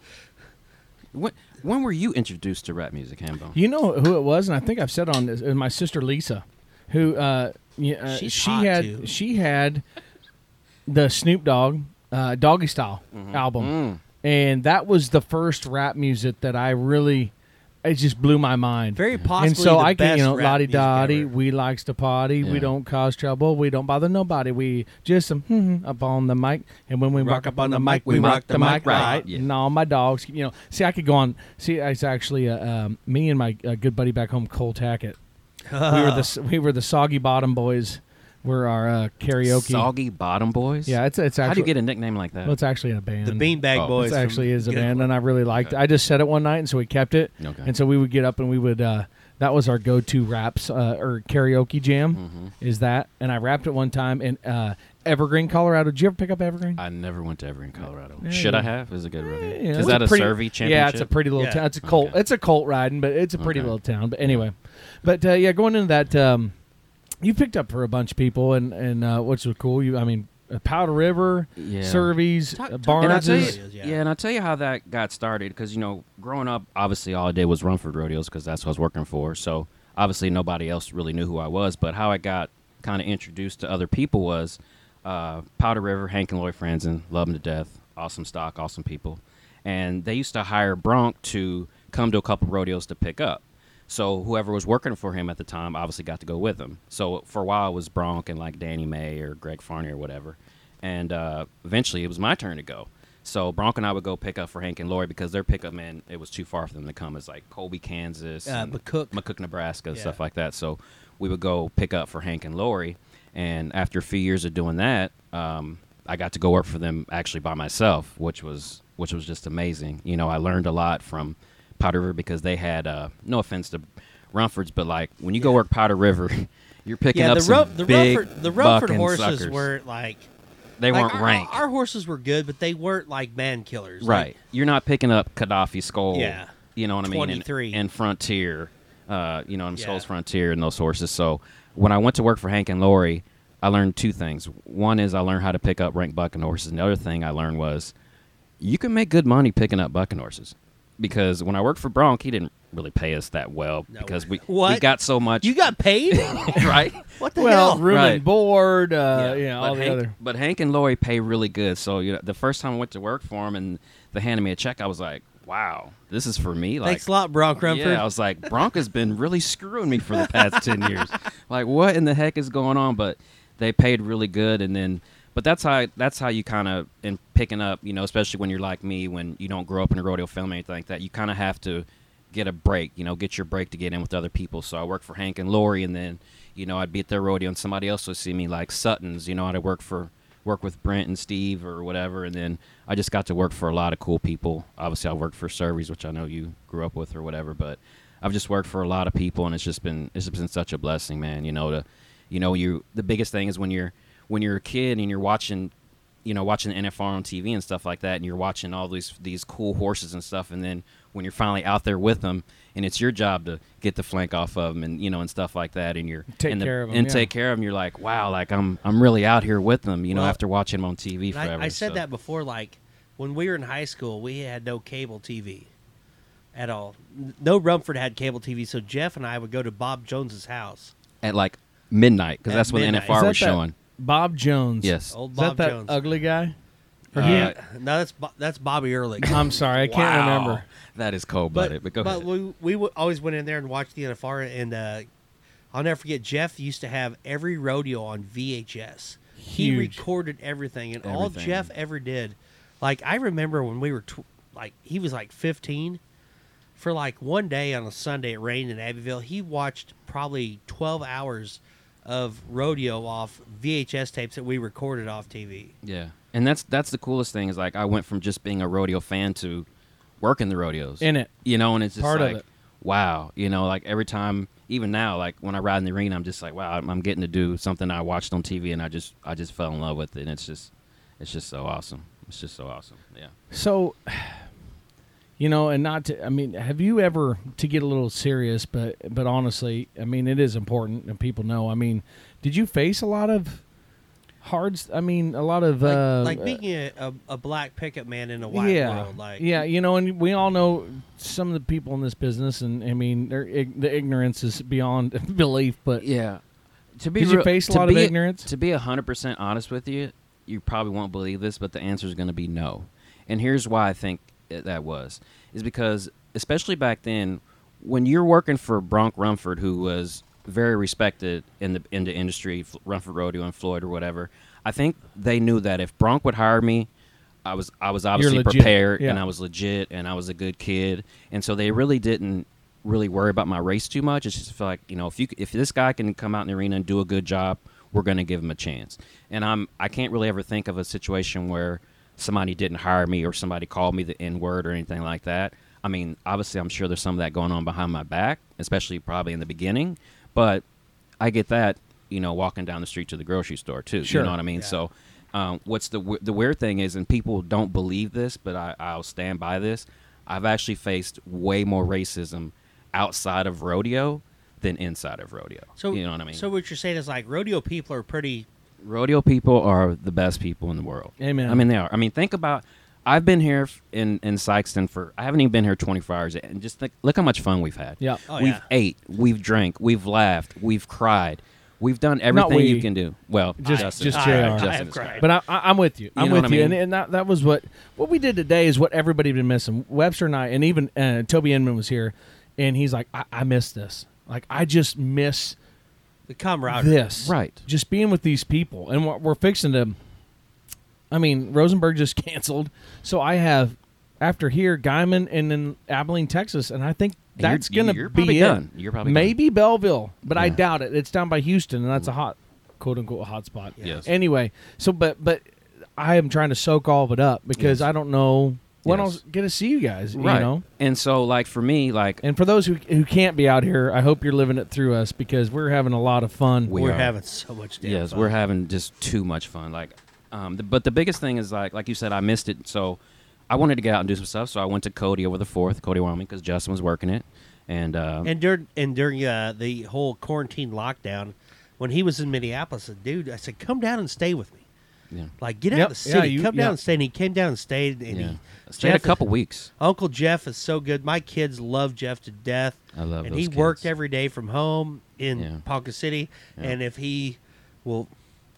S5: When, when were you introduced to rap music, Hambone?
S4: You know who it was, and I think I've said on this. It was my sister Lisa, who uh, y- uh,
S2: She's
S4: she
S2: hot,
S4: had
S2: too.
S4: she had the Snoop Dogg uh, Doggy Style
S2: Mm-hmm.
S4: album,
S2: Mm.
S4: and that was the first rap music that I really. It just blew my mind.
S2: Very
S4: And
S2: possibly
S4: so
S2: the
S4: I can,
S2: best
S4: you know,
S2: rap
S4: Lottie
S2: music
S4: Dottie,
S2: ever.
S4: we likes to party. We
S5: Yeah.
S4: don't cause trouble. We don't bother nobody. We just some hmm up on the mic. And when we rock, up on the mic, we rock the mic right.
S5: Yeah.
S4: And all my dogs, you know, see, I could go on. See, it's actually uh, um, me and my uh, good buddy back home, Cole Tackett. we were the we were the Soggy Bottom Boys. Were our uh, karaoke?
S5: Soggy Bottom Boys?
S4: Yeah, it's it's actually
S5: How do you get a nickname like that?
S4: well, it's actually a band.
S2: the Beanbag
S5: Oh.
S2: Boys.
S4: It
S2: from
S4: actually is a
S2: Good
S4: band,
S2: Club.
S4: and I really liked. it. I just said it one night, and so we kept it.
S5: Okay.
S4: And so we would get up and we would uh, That was our go-to raps uh, or karaoke jam.
S5: Mm-hmm.
S4: Is that? And I rapped it one time in uh, Evergreen, Colorado. Did you ever pick up Evergreen?
S5: I never went to Evergreen, Colorado. Should I have? Is a good road.
S4: Yeah,
S5: Is
S4: it's
S5: that a,
S4: pretty-
S5: survey championship?
S4: Yeah, it's a pretty little
S2: Yeah.
S4: town. It's a cult.
S5: Okay.
S4: It's a cult riding, but it's a pretty
S5: Okay.
S4: little town. But anyway, but uh, yeah, going into that, um, you picked up for a bunch of people, and and uh, which was cool. You, I mean, uh, Powder River,
S5: Yeah.
S4: Surveys,
S2: Talk-
S4: uh,
S2: talk-
S5: And I'll
S4: Barnes.
S5: tell you,
S2: Rodeo is, yeah.
S5: yeah. and I'll tell you how that got started because you know, growing up, obviously all I did was run for rodeos because that's what I was working for. So obviously nobody else really knew who I was. But how I got kind of introduced to other people was uh, Powder River, Hank and Lloyd Franzen, love them to death, awesome stock, awesome people, and they used to hire Bronk to come to a couple rodeos to pick up. So whoever was working for him at the time obviously got to go with him. So for a while it was Bronk and like Danny May or Greg Farney or whatever. And uh, eventually it was my turn to go. So Bronk and I would go pick up for Hank and Lori because their pickup man it was too far for them to come. It's like Colby, Kansas,
S2: Uh,
S5: and
S2: McCook.
S5: McCook, Nebraska,
S2: Yeah.
S5: stuff like that. So we would go pick up for Hank and Lori. And after a few years of doing that, um, I got to go work for them actually by myself, which was which was just amazing. You know, I learned a lot from Powder River because they had uh, no offense to Rumfords, but like when you go work Powder River, you're picking
S2: yeah,
S5: up
S2: the,
S5: some
S2: Rum- the
S5: big
S2: Rumford, the Rumford
S5: bucking
S2: horses
S5: suckers.
S2: weren't like
S5: they
S2: like,
S5: weren't
S2: our,
S5: ranked.
S2: Our horses were good, but they weren't like man killers.
S5: Right.
S2: Like,
S5: You're not picking up Gaddafi Skull.
S2: Yeah.
S5: You know what I mean? and-
S2: 23.
S5: And, Frontier. Uh, you know, I'm
S2: Yeah.
S5: Skull's Frontier and those horses. So when I went to work for Hank and Lori, I learned two things. One is I learned how to pick up ranked bucking horses. And the other thing I learned was you can make good money picking up bucking horses. Because when I worked for Bronk, he didn't really pay us that well
S2: No.
S5: because we, we
S2: What?
S5: got so much.
S2: you got paid?
S5: right?
S2: what the
S4: Well,
S2: hell?
S4: room
S5: Right.
S4: and board, uh, yeah, all
S5: but
S4: the
S5: Hank,
S4: other.
S5: But Hank and Lori pay really good. So you know, the first time I went to work for them and they handed me a check, I was like, "Wow, this is for me." Like,
S2: Thanks a lot, Brock Rumford.
S5: yeah, I was like, "Bronk has been really screwing me for the past ten years. Like, what in the heck is going on?" But they paid really good, and then. But that's how that's how you kind of in picking up, you know, especially when you're like me, when you don't grow up in a rodeo film or anything like that, you kind of have to get a break, you know, get your break to get in with other people. So I worked for Hank and Lori, and then you know I'd be at their rodeo, and somebody else would see me like Sutton's, you know, I'd work for work with Brent and Steve or whatever, and then I just got to work for a lot of cool people. Obviously, I worked for Surveys, which I know you grew up with or whatever, but I've just worked for a lot of people, and it's just been it's just been such a blessing, man. You know, to you know you the biggest thing is when you're when you're a kid and you're watching you know watching the NFR on TV and stuff like that, and you're watching all these these cool horses and stuff, and then when you're finally out there with them, and it's your job to get the flank off of them, and you know, and stuff like that, and you're
S4: Take
S5: and the-
S4: care of 'em,
S5: and
S4: yeah.
S5: take care of them. You're like, wow, like I'm I'm really out here with them, you know,
S2: Well,
S5: after watching them on TV
S2: And I-
S5: forever.
S2: I, said
S5: so.
S2: that before. Like when we were in high school, we had no cable TV at all. N- No Rumford had cable TV, so Jeff and I would go to Bob Jones's house.
S5: at like midnight because
S2: At
S5: that's when
S2: midnight.
S5: the
S4: Is
S5: NFR
S4: that
S5: was
S4: that
S5: showing.
S4: Bob Jones.
S5: Yes.
S2: Old
S4: Is
S2: Bob
S4: that that
S2: Jones.
S4: ugly guy?
S5: Uh,
S2: yeah, no, that's Bo- that's Bobby Ehrlich.
S4: I'm sorry, I can't
S5: Wow.
S4: remember.
S5: That is cold blooded, but, go ahead.
S2: we we w- always went in there and watched the NFR, and uh, I'll never forget. Jeff used to have every rodeo on VHS. He
S4: Huge.
S2: recorded everything, and all
S5: Everything.
S2: Jeff ever did, like I remember when we were tw- like he was like 15. For like one day on a Sunday, it rained in Abbeville. He watched probably 12 hours of rodeo off VHS tapes that we recorded off TV.
S5: yeah, and that's that's the coolest thing is like I went from just being a rodeo fan to working the rodeos
S4: In it.
S5: you know, and it's just
S4: Part of
S5: like
S4: it.
S5: wow, you know, like every time, even now, like when I ride in the arena, I'm just like wow, I'm, I'm getting to do something I watched on TV, and I just I just fell in love with it, and it's just it's just so awesome. It's just so awesome. Yeah.
S4: So, you know, and not to, I mean, have you ever, to get a little serious, but, but honestly, I mean, it is important and people know. I mean, did you face a lot of hards? I mean, a lot of,
S2: Like,
S4: uh,
S2: like being a, a, a black pickup man in a white
S4: yeah,
S2: world, like
S4: yeah, you know, and we all know some of the people in this business, and I mean, their ig- the ignorance is beyond belief, but
S5: Yeah. To be
S4: Did you
S5: real-
S4: face a
S5: to
S4: lot of
S5: be-
S4: ignorance?
S5: To be hundred percent honest with you, you probably won't believe this, but the answer is going to be no. And here's why I think it- that was is because especially back then, when you're working for Bronk Rumford, who was very respected in the in the industry, F- Rumford Rodeo and Floyd or whatever, I think they knew that if Bronk would hire me, I was I was obviously
S4: legit,
S5: prepared
S4: yeah.
S5: and I was legit and I was a good kid, and so they really didn't really worry about my race too much. It's just like you know, if you if this guy can come out in the arena and do a good job, we're going to give him a chance. And I'm I can't really ever think of a situation where somebody didn't hire me or somebody called me the N word or anything like that. I'm I mean, obviously, I'm sure there's some of that going on behind my back, especially probably in the beginning. But I get that, you know, walking down the street to the grocery store too.
S4: Sure.
S5: You know what I mean? So, um, what's the w- the weird thing is, and people don't believe this, but I, I'll stand by this. I've actually faced way more racism outside of rodeo than inside of rodeo.
S2: So
S5: you know what I mean?
S2: So what you're saying is like rodeo people are pretty.
S5: rodeo people are the best people in the world.
S4: Amen.
S5: I mean, they are. I mean, think about. I've been here f- in in Sykeston for. I haven't even been here 24 hours, yet, and just think. Look how much fun we've had.
S4: Yeah.
S2: Oh,
S5: we've
S2: yeah.
S5: ate, we've drank, we've laughed, we've cried, we've done everything
S4: we.
S5: you can do. Well,
S4: Just-
S5: Justin,
S4: just
S5: I-
S4: JR.
S5: Justin
S2: I have
S5: is
S2: cried.
S5: correct.
S4: But I, I, I'm with you. I'm
S5: know
S4: with
S5: what I
S4: you. And,
S5: mean?
S4: and that, that was what what we did today is what everybody had been missing. Webster and I, and even uh, Toby Inman was here, and he's like, I, I miss this. Like I just miss
S2: The camaraderie.
S4: this.
S5: Right.
S4: Just being with these people, and we're, we're fixing to. I mean, Rosenberg just canceled, so I have after here Guyman and then Abilene, Texas, and I think
S5: You're-
S4: that's going to be
S5: you're probably
S4: it.
S5: done. You're probably done.
S4: maybe Belleville, but I
S5: Yeah.
S4: doubt it. It's down by Houston, and that's a hot, quote unquote, hot spot.
S5: Yes.
S4: Anyway, so but but I am trying to soak all of it up because I don't know when
S5: Yes.
S4: I'll get to see you guys.
S5: Right.
S4: You know.
S5: And so, like for me, like
S4: And for those who, who can't be out here, I hope you're living it through us because we're having a lot of fun.
S5: We
S2: We're
S5: are.
S2: having so much. Damn
S5: yes,
S2: fun.
S5: we're having just too much fun. Like, um, the, but the biggest thing is like, like you said, I missed it. So, I wanted to get out and do some stuff. So I went to Cody over the fourth, Cody Wyoming, because Justin was working it, and uh,
S2: And during and during uh, the whole quarantine lockdown, when he was in Minneapolis, I said, dude, I said, come down and stay with me.
S5: yeah,
S2: Like, get out
S4: Yep,
S2: of the
S4: yeah,
S2: city.
S4: you-
S2: come down
S4: yeah.
S2: and stay. And he came down and stayed. And
S5: yeah.
S2: he
S5: stayed a
S2: Jeff-
S5: couple weeks.
S2: Uncle Jeff is so good. My kids love Jeff to death.
S5: I love
S2: And
S5: those
S2: he worked
S5: kids.
S2: every day from home in
S5: Yeah.
S2: Ponca City. And if he will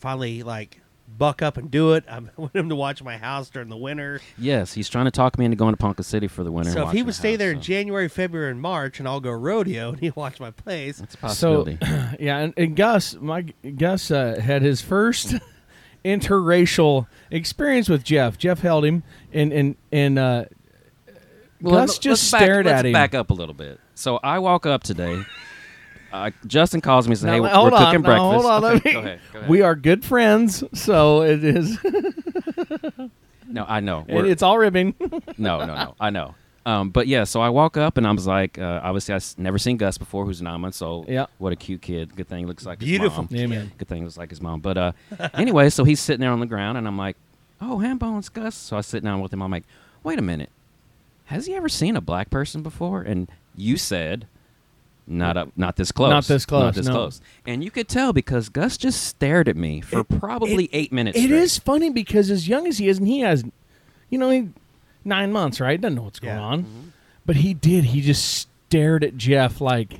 S2: finally like buck up and do it, I want him to watch my house during the winter.
S5: Yes, he's trying to talk me into going to Ponca City for the winter. and
S2: so if he
S5: watching
S2: would
S5: the
S2: stay
S5: house,
S2: there in
S5: so
S2: January, February, and March, and I'll go rodeo, and he watch my place.
S5: it's a possibility.
S4: So, yeah, and, and Gus, my Gus uh, had his first interracial experience with Jeff. Jeff held him, and and and uh, Gus just
S5: back,
S4: stared
S5: let's
S4: at him.
S5: Back up a little bit. So I walk up today. Uh, Justin calls me and says,
S4: Now,
S5: "Hey, we're,
S4: hold
S5: we're
S4: on,
S5: cooking
S4: now,
S5: breakfast."
S4: hold on, let
S5: Okay,
S4: me-
S5: go ahead, go ahead.
S4: We are good friends, so it is.
S5: no, I know.
S4: and
S5: We're-
S4: it's all ribbing.
S5: no, no, no. I know. Um, but yeah, so I walk up and I was like, uh, obviously I s- never seen Gus before, who's an Amma. So
S4: Yeah.
S5: what a cute kid. Good thing he looks like
S2: Beautiful
S5: His mom.
S4: Amen.
S5: Good thing he looks like his mom. But uh, anyway, so he's sitting there on the ground and I'm like, oh, ham bones, Gus. So I sit down with him. I'm like, wait a minute, has he ever seen a black person before? And you said, not up, not this close,
S4: Not this close,
S5: not this
S4: no.
S5: close. And you could tell because Gus just stared at me for probably eight minutes.
S4: It
S5: straight.
S4: is funny because as young as he is, and he has, you know, he, nine months, right? Doesn't know what's going
S2: Yeah.
S4: on, but he did. He just stared at Jeff like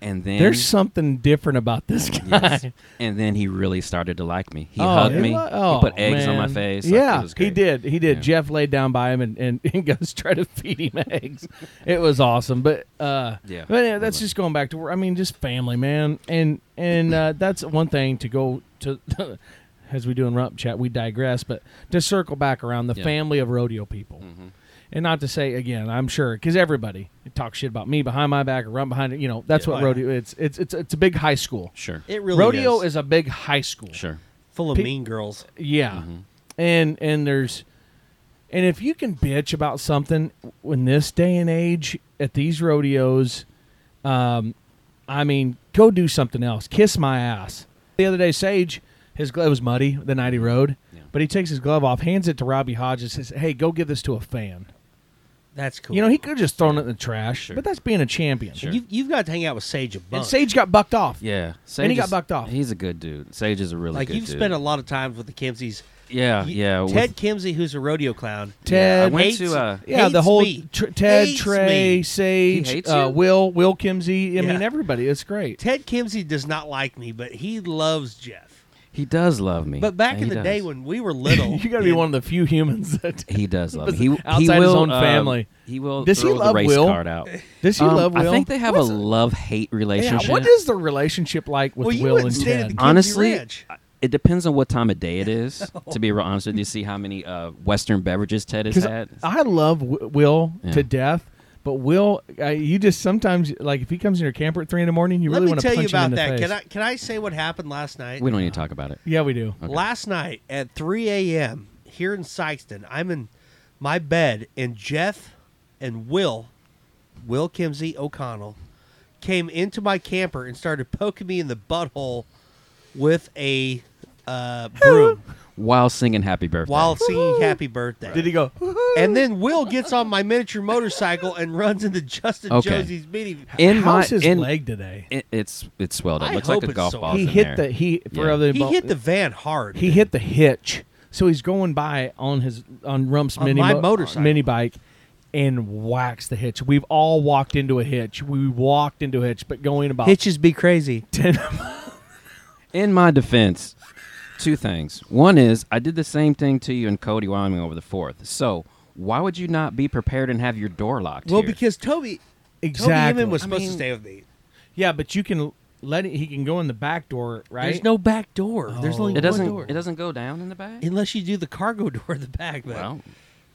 S5: And then
S4: there's something different about this guy.
S5: Yes. and then he really started to like me. He
S4: Oh,
S5: hugged me.
S4: he lo- oh,
S5: he put eggs on my
S4: man.
S5: face. Like,
S4: Yeah,
S5: it was
S4: he
S5: great.
S4: did. He did.
S5: Yeah.
S4: Jeff laid down by him and, and, and Gus tried to feed him eggs. It was awesome. But uh,
S5: Yeah.
S4: but yeah, that's just going back to where I mean, just family, man. And and uh, that's one thing to go to. as we do in Rump Chat, we digress, but to circle back around the
S5: Yeah. Mm-hmm.
S4: family of rodeo people. And not to say again, I'm sure because everybody talks shit about me behind my back or run behind it. You know, that's
S2: Yeah.
S4: what
S2: Oh, yeah.
S4: rodeo. It's it's it's it's a big high school.
S5: Sure.
S2: It really
S4: rodeo
S2: is.
S4: is a big high school.
S5: sure.
S2: full of
S4: Pe-
S2: mean girls.
S4: Yeah.
S5: Mm-hmm.
S4: And and there's and if you can bitch about something in this day and age at these rodeos, um, I mean, go do something else. Kiss my ass. The other day, Sage, his glove was muddy the night he rode,
S5: Yeah.
S4: but he takes his glove off, hands it to Robbie Hodges, says, "Hey, go give this to a fan."
S2: That's cool.
S4: You know, he could have just thrown it in the trash,
S5: Sure.
S4: but that's being a champion.
S5: Sure.
S2: you've, you've got to hang out with Sage a
S4: And
S2: bunch.
S4: Sage got bucked off.
S5: Yeah. Sage
S4: And he got
S5: is-
S4: bucked off.
S5: He's a good dude. Sage is a really
S2: like
S5: good
S2: you've
S5: dude.
S2: spent a lot of times with the Kimseys.
S5: Yeah,
S2: You-
S5: yeah. with-
S2: Ted Kimsey, who's a rodeo clown.
S5: yeah, I
S4: Ted,
S5: went
S2: hates-
S5: to uh,
S4: Yeah, the
S2: hates
S4: whole
S2: me.
S4: tr- Ted,
S2: Hates
S4: Trey,
S2: me.
S5: He
S4: Sage,
S5: hates
S4: uh,
S5: you?
S4: Will, Will Kimsey. I
S2: Yeah.
S4: mean, everybody. It's great.
S2: Ted Kimsey does not like me, but he loves Jeff.
S5: he does love me.
S2: But back
S5: He
S2: in the
S5: does.
S2: day when we were little,
S4: you got to be
S2: and
S4: one of the few humans that.
S5: he does love me.
S4: But
S5: He,
S4: outside
S5: he
S4: his
S5: will,
S4: own
S5: um,
S4: family.
S5: he will
S4: Does he
S5: throw the
S4: love
S5: race
S4: Will?
S5: card out.
S4: Does he
S5: Um,
S4: love Will?
S5: I think they have
S4: What's
S5: a
S4: the-
S5: love hate
S4: Yeah,
S5: relationship.
S4: what is the relationship like with
S2: Well, you
S4: Will
S2: wouldn't
S4: and
S2: stay at
S4: Ted?
S2: the Kimsey
S5: honestly,
S2: Ranch.
S5: I- it depends on what time of day it is. To be real honest with you, see how many uh, Western beverages Ted has
S4: 'Cause
S5: had.
S4: I love w- Will
S5: Yeah.
S4: to death, but Will, I, you just sometimes like if he comes in your camper at three in the morning, you
S2: Let
S4: really
S2: me
S4: want to
S2: tell
S4: punch
S2: you about
S4: him in
S2: that.
S4: the face.
S2: Can I can I say what happened last night?
S5: we don't need to talk about it.
S4: Yeah, we do.
S2: Last night at 3 a.m. here in Sykeston, I'm in my bed, and Jeff and Will Will Kimsey O'Connell, came into my camper and started poking me in the butthole with a uh, broom
S5: while singing Happy Birthday.
S2: while singing Happy Birthday.
S4: Did he go?
S2: and then Will gets on my miniature motorcycle and runs into Justin
S5: Okay.
S2: Josie's meeting.
S5: in my
S4: How's his
S5: in,
S4: leg today?
S5: it- it's it's swelled up.
S2: I
S5: Looks like
S2: hope
S5: a
S2: it's
S5: golf
S2: so.
S5: ball.
S4: He
S5: in
S4: hit the
S5: there.
S4: he for
S5: Yeah.
S4: other
S2: He
S4: ball-
S2: hit the van hard.
S4: he hit the hitch, so he's going by on his on Rump's
S2: On
S4: mini
S2: my
S4: mo-
S2: motorcycle.
S4: mini bike, and whacks the hitch. We've all walked into a hitch. We walked into a hitch, but going about
S2: Hitches be crazy.
S4: ten.
S5: In my defense, two things. One is I did the same thing to you in Cody, Wyoming, over the fourth. So why would you not be prepared and have your door locked?
S2: Well,
S5: here?
S2: because Toby, Toby
S4: Exactly.
S2: Inman was
S4: I
S2: supposed
S5: mean-
S2: to stay with me.
S4: yeah, but you can let it, he can go in the back door, right?
S2: There's no back door. There's
S4: Oh.
S2: only
S5: it doesn't
S2: one door.
S5: it doesn't go down in the back.
S2: Unless you do the cargo door in the back. But
S5: well,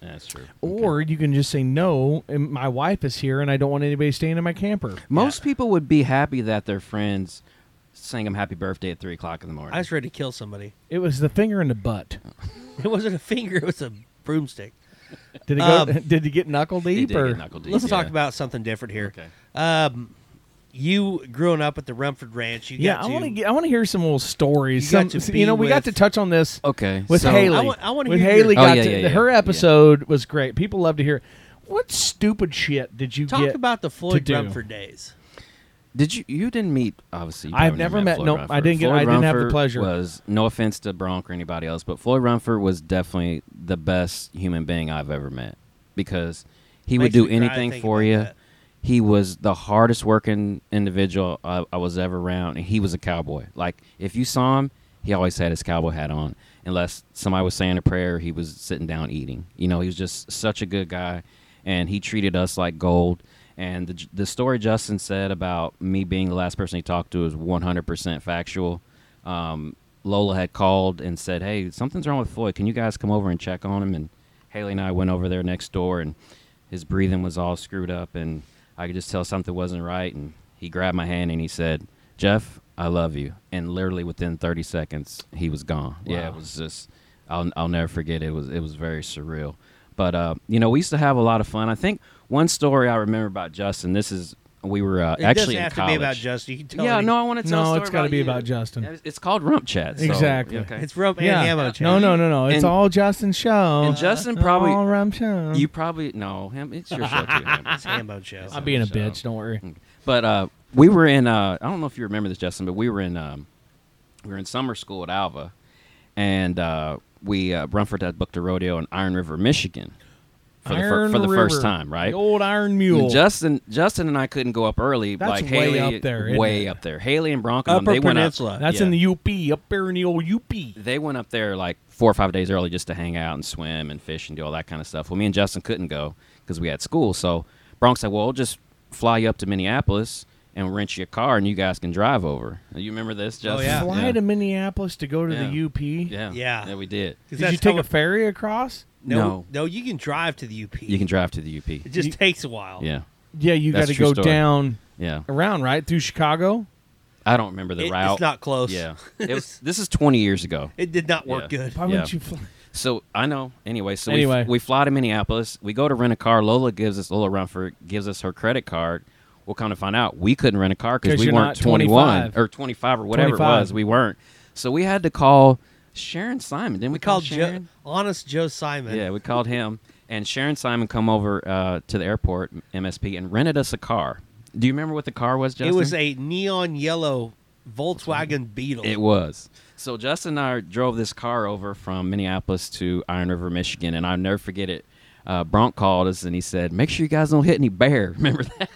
S5: that's true. Okay.
S4: Or you can just say no, and my wife is here, and I don't want anybody staying in my camper.
S5: most people would be happy that their friends sang them Happy Birthday at three o'clock in the morning.
S2: I was ready to kill somebody.
S4: It was the finger in the butt.
S2: It wasn't a finger. It was a broomstick.
S4: Did it go?
S2: Um,
S4: did it get knuckle
S5: They
S4: deep?
S5: did
S4: or
S5: get knuckle deep,
S2: Let's talk
S5: yeah.
S2: about something different here.
S5: Okay.
S2: Um, you growing up at the Rumford Ranch. You
S4: yeah,
S2: got
S4: I
S2: to,
S4: want to get. I want to hear some little stories.
S2: You
S4: Some,
S2: got
S4: you,
S2: to
S4: know,
S2: be
S4: we got to
S2: with-
S4: touch on this
S5: Okay,
S4: with
S5: so-
S4: Haley.
S2: I want- I wanna
S4: when
S2: hear
S4: Haley
S5: your- Oh,
S4: got
S5: yeah,
S4: to,
S5: yeah, yeah.
S4: her
S5: Yeah.
S4: episode was great. People love to hear. What stupid shit did you
S2: talk
S4: get?
S2: about the Floyd
S4: do.
S2: Rumford days.
S5: Did you? You didn't meet. Obviously, you
S4: I've
S5: probably
S4: never met-
S5: Floyd
S4: nope, I
S5: Rumford.
S4: didn't get-
S5: Floyd
S4: I didn't have the
S5: Rumford
S4: pleasure.
S5: Was no offense to Bronk or anybody else, but Floyd Rumford was definitely the best human being I've ever met because he
S2: Makes
S5: would do
S2: me cry
S5: anything
S2: thinking
S5: for
S2: about
S5: you.
S2: that.
S5: He was the hardest working individual I, I was ever around, and he was a cowboy. Like if you saw him, he always had his cowboy hat on. Unless somebody was saying a prayer, he was sitting down eating. You know, he was just such a good guy, and he treated us like gold. And the, the story Justin said about me being the last person he talked to is 100% factual. Um, Lola had called and said, "Hey, something's wrong with Floyd. Can you guys come over and check on him?" And Haley and I went over there next door, and his breathing was all screwed up, and I could just tell something wasn't right. And he grabbed my hand and he said, "Jeff, I love you." And literally within 30 seconds, he was gone. Yeah, it was just I'll I'll never forget. It was it was very surreal. But uh, you know, we used to have a lot of fun. I think one story I remember about Justin. This is we were uh,
S2: It
S5: actually
S2: doesn't
S5: in
S2: have
S5: college.
S2: to be about Justin. You can tell
S5: Yeah,
S2: any-
S5: no, I want to tell.
S4: No,
S5: a story
S4: it's gotta be
S5: you.
S4: about Justin.
S5: It's- It's called Rump Chat. so-
S4: Exactly.
S5: okay.
S2: It's Rump and
S4: yeah.
S2: Ammo
S4: no,
S2: Challenge.
S4: no, no, no. It's
S5: And-
S4: all Justin's show.
S5: And Justin probably-
S4: all Rum show.
S5: You probably no him. It's your show too. Him.
S2: It's Ammo Show.
S4: I'm being a
S5: so-
S4: bitch. Don't worry.
S5: But uh, we were in. Uh, I don't know if you remember this, Justin, but we were in. Um, we were in summer school at Alva, and uh, we uh, Brunford had booked a rodeo in Iron River, Michigan, for
S4: Iron
S5: the fir- for the first
S4: River,
S5: time, right?
S4: The old Iron Mule.
S5: And Justin, Justin, and I couldn't go up early.
S4: That's
S5: like
S4: way
S5: Haley,
S4: up there, isn't
S5: way
S4: it?
S5: up there. Haley and Bronco,
S2: Upper
S5: they went
S2: Peninsula.
S5: up.
S4: That's
S5: yeah.
S4: in the UP, up there in the old UP.
S5: they went up there like four or five days early just to hang out and swim and fish and do all that kind of stuff. Well, me and Justin couldn't go because we had school. So Bronx said, "Well, we'll just fly you up to Minneapolis and rent you a car, and you guys can drive over." You remember this,
S2: Oh,
S5: Justin?
S2: yeah.
S4: Fly to Minneapolis to go to
S5: Yeah.
S4: the UP.
S5: yeah,
S2: Yeah.
S5: yeah. We did.
S2: Because
S4: Did you
S2: that's
S4: take
S2: how-
S4: a ferry across?
S2: no,
S5: No.
S2: no, you can drive to the UP.
S5: You can drive to
S2: It
S5: the UP.
S2: just takes a while.
S5: Yeah,
S4: Yeah, you got
S5: That's
S4: to
S5: a true
S4: go
S5: story.
S4: down
S5: yeah.
S4: around right through Chicago.
S5: I don't remember the
S2: It-
S5: route.
S2: it's not close.
S5: Yeah, it was. This is twenty years ago.
S2: It did not work
S5: Yeah.
S2: good.
S4: Why
S5: Yeah.
S4: wouldn't you fly?
S5: So I know. Anyway, so
S4: Anyway.
S5: we, we fly to Minneapolis. We go to rent a car. Lola gives us Lola Rumford gives us her credit card. We'll come to find out we couldn't rent a car
S4: 'Cause
S5: because we
S4: you're
S5: weren't
S4: not
S5: 21
S4: 25.
S5: or 25 or whatever
S4: 25.
S5: it was. We weren't. So we had to call Sharon Simon. Didn't we,
S2: We called Joe,
S5: Sharon?
S2: honest Joe Simon.
S5: Yeah, we called him and Sharon Simon come over uh, to the airport MSP and rented us a car. Do you remember what the car was,
S2: it
S5: Justin?
S2: was a neon yellow Volkswagen Beetle.
S5: It was. So Justin and I drove this car over from Minneapolis to Iron River, Michigan, and I'll never forget it. Uh, Bronk called us and he said, "Make sure you guys don't hit any bear." Remember that?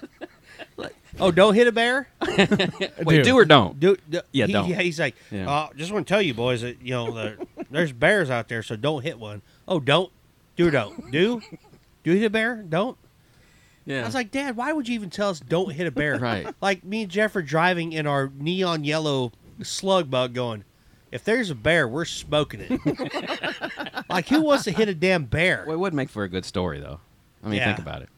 S2: oh, don't hit a bear.
S5: Wait,
S4: Dude.
S5: do or don't.
S2: Do, do-
S5: Yeah,
S2: he-
S5: don't.
S2: yeah, he's like,
S5: Yeah.
S2: uh, just want to tell you boys that you know the, there's bears out there, so don't hit one. Oh, don't, do or don't, do, do hit a bear, don't.
S5: Yeah.
S2: I was like, Dad, why would you even tell us don't hit a bear?
S5: Right.
S2: Like me and Jeff are driving in our neon yellow slug bug, going, if there's a bear, we're smoking it. like who wants to hit a damn bear?
S5: Well, it would make for a good story, though. I mean,
S2: Yeah.
S5: think about it.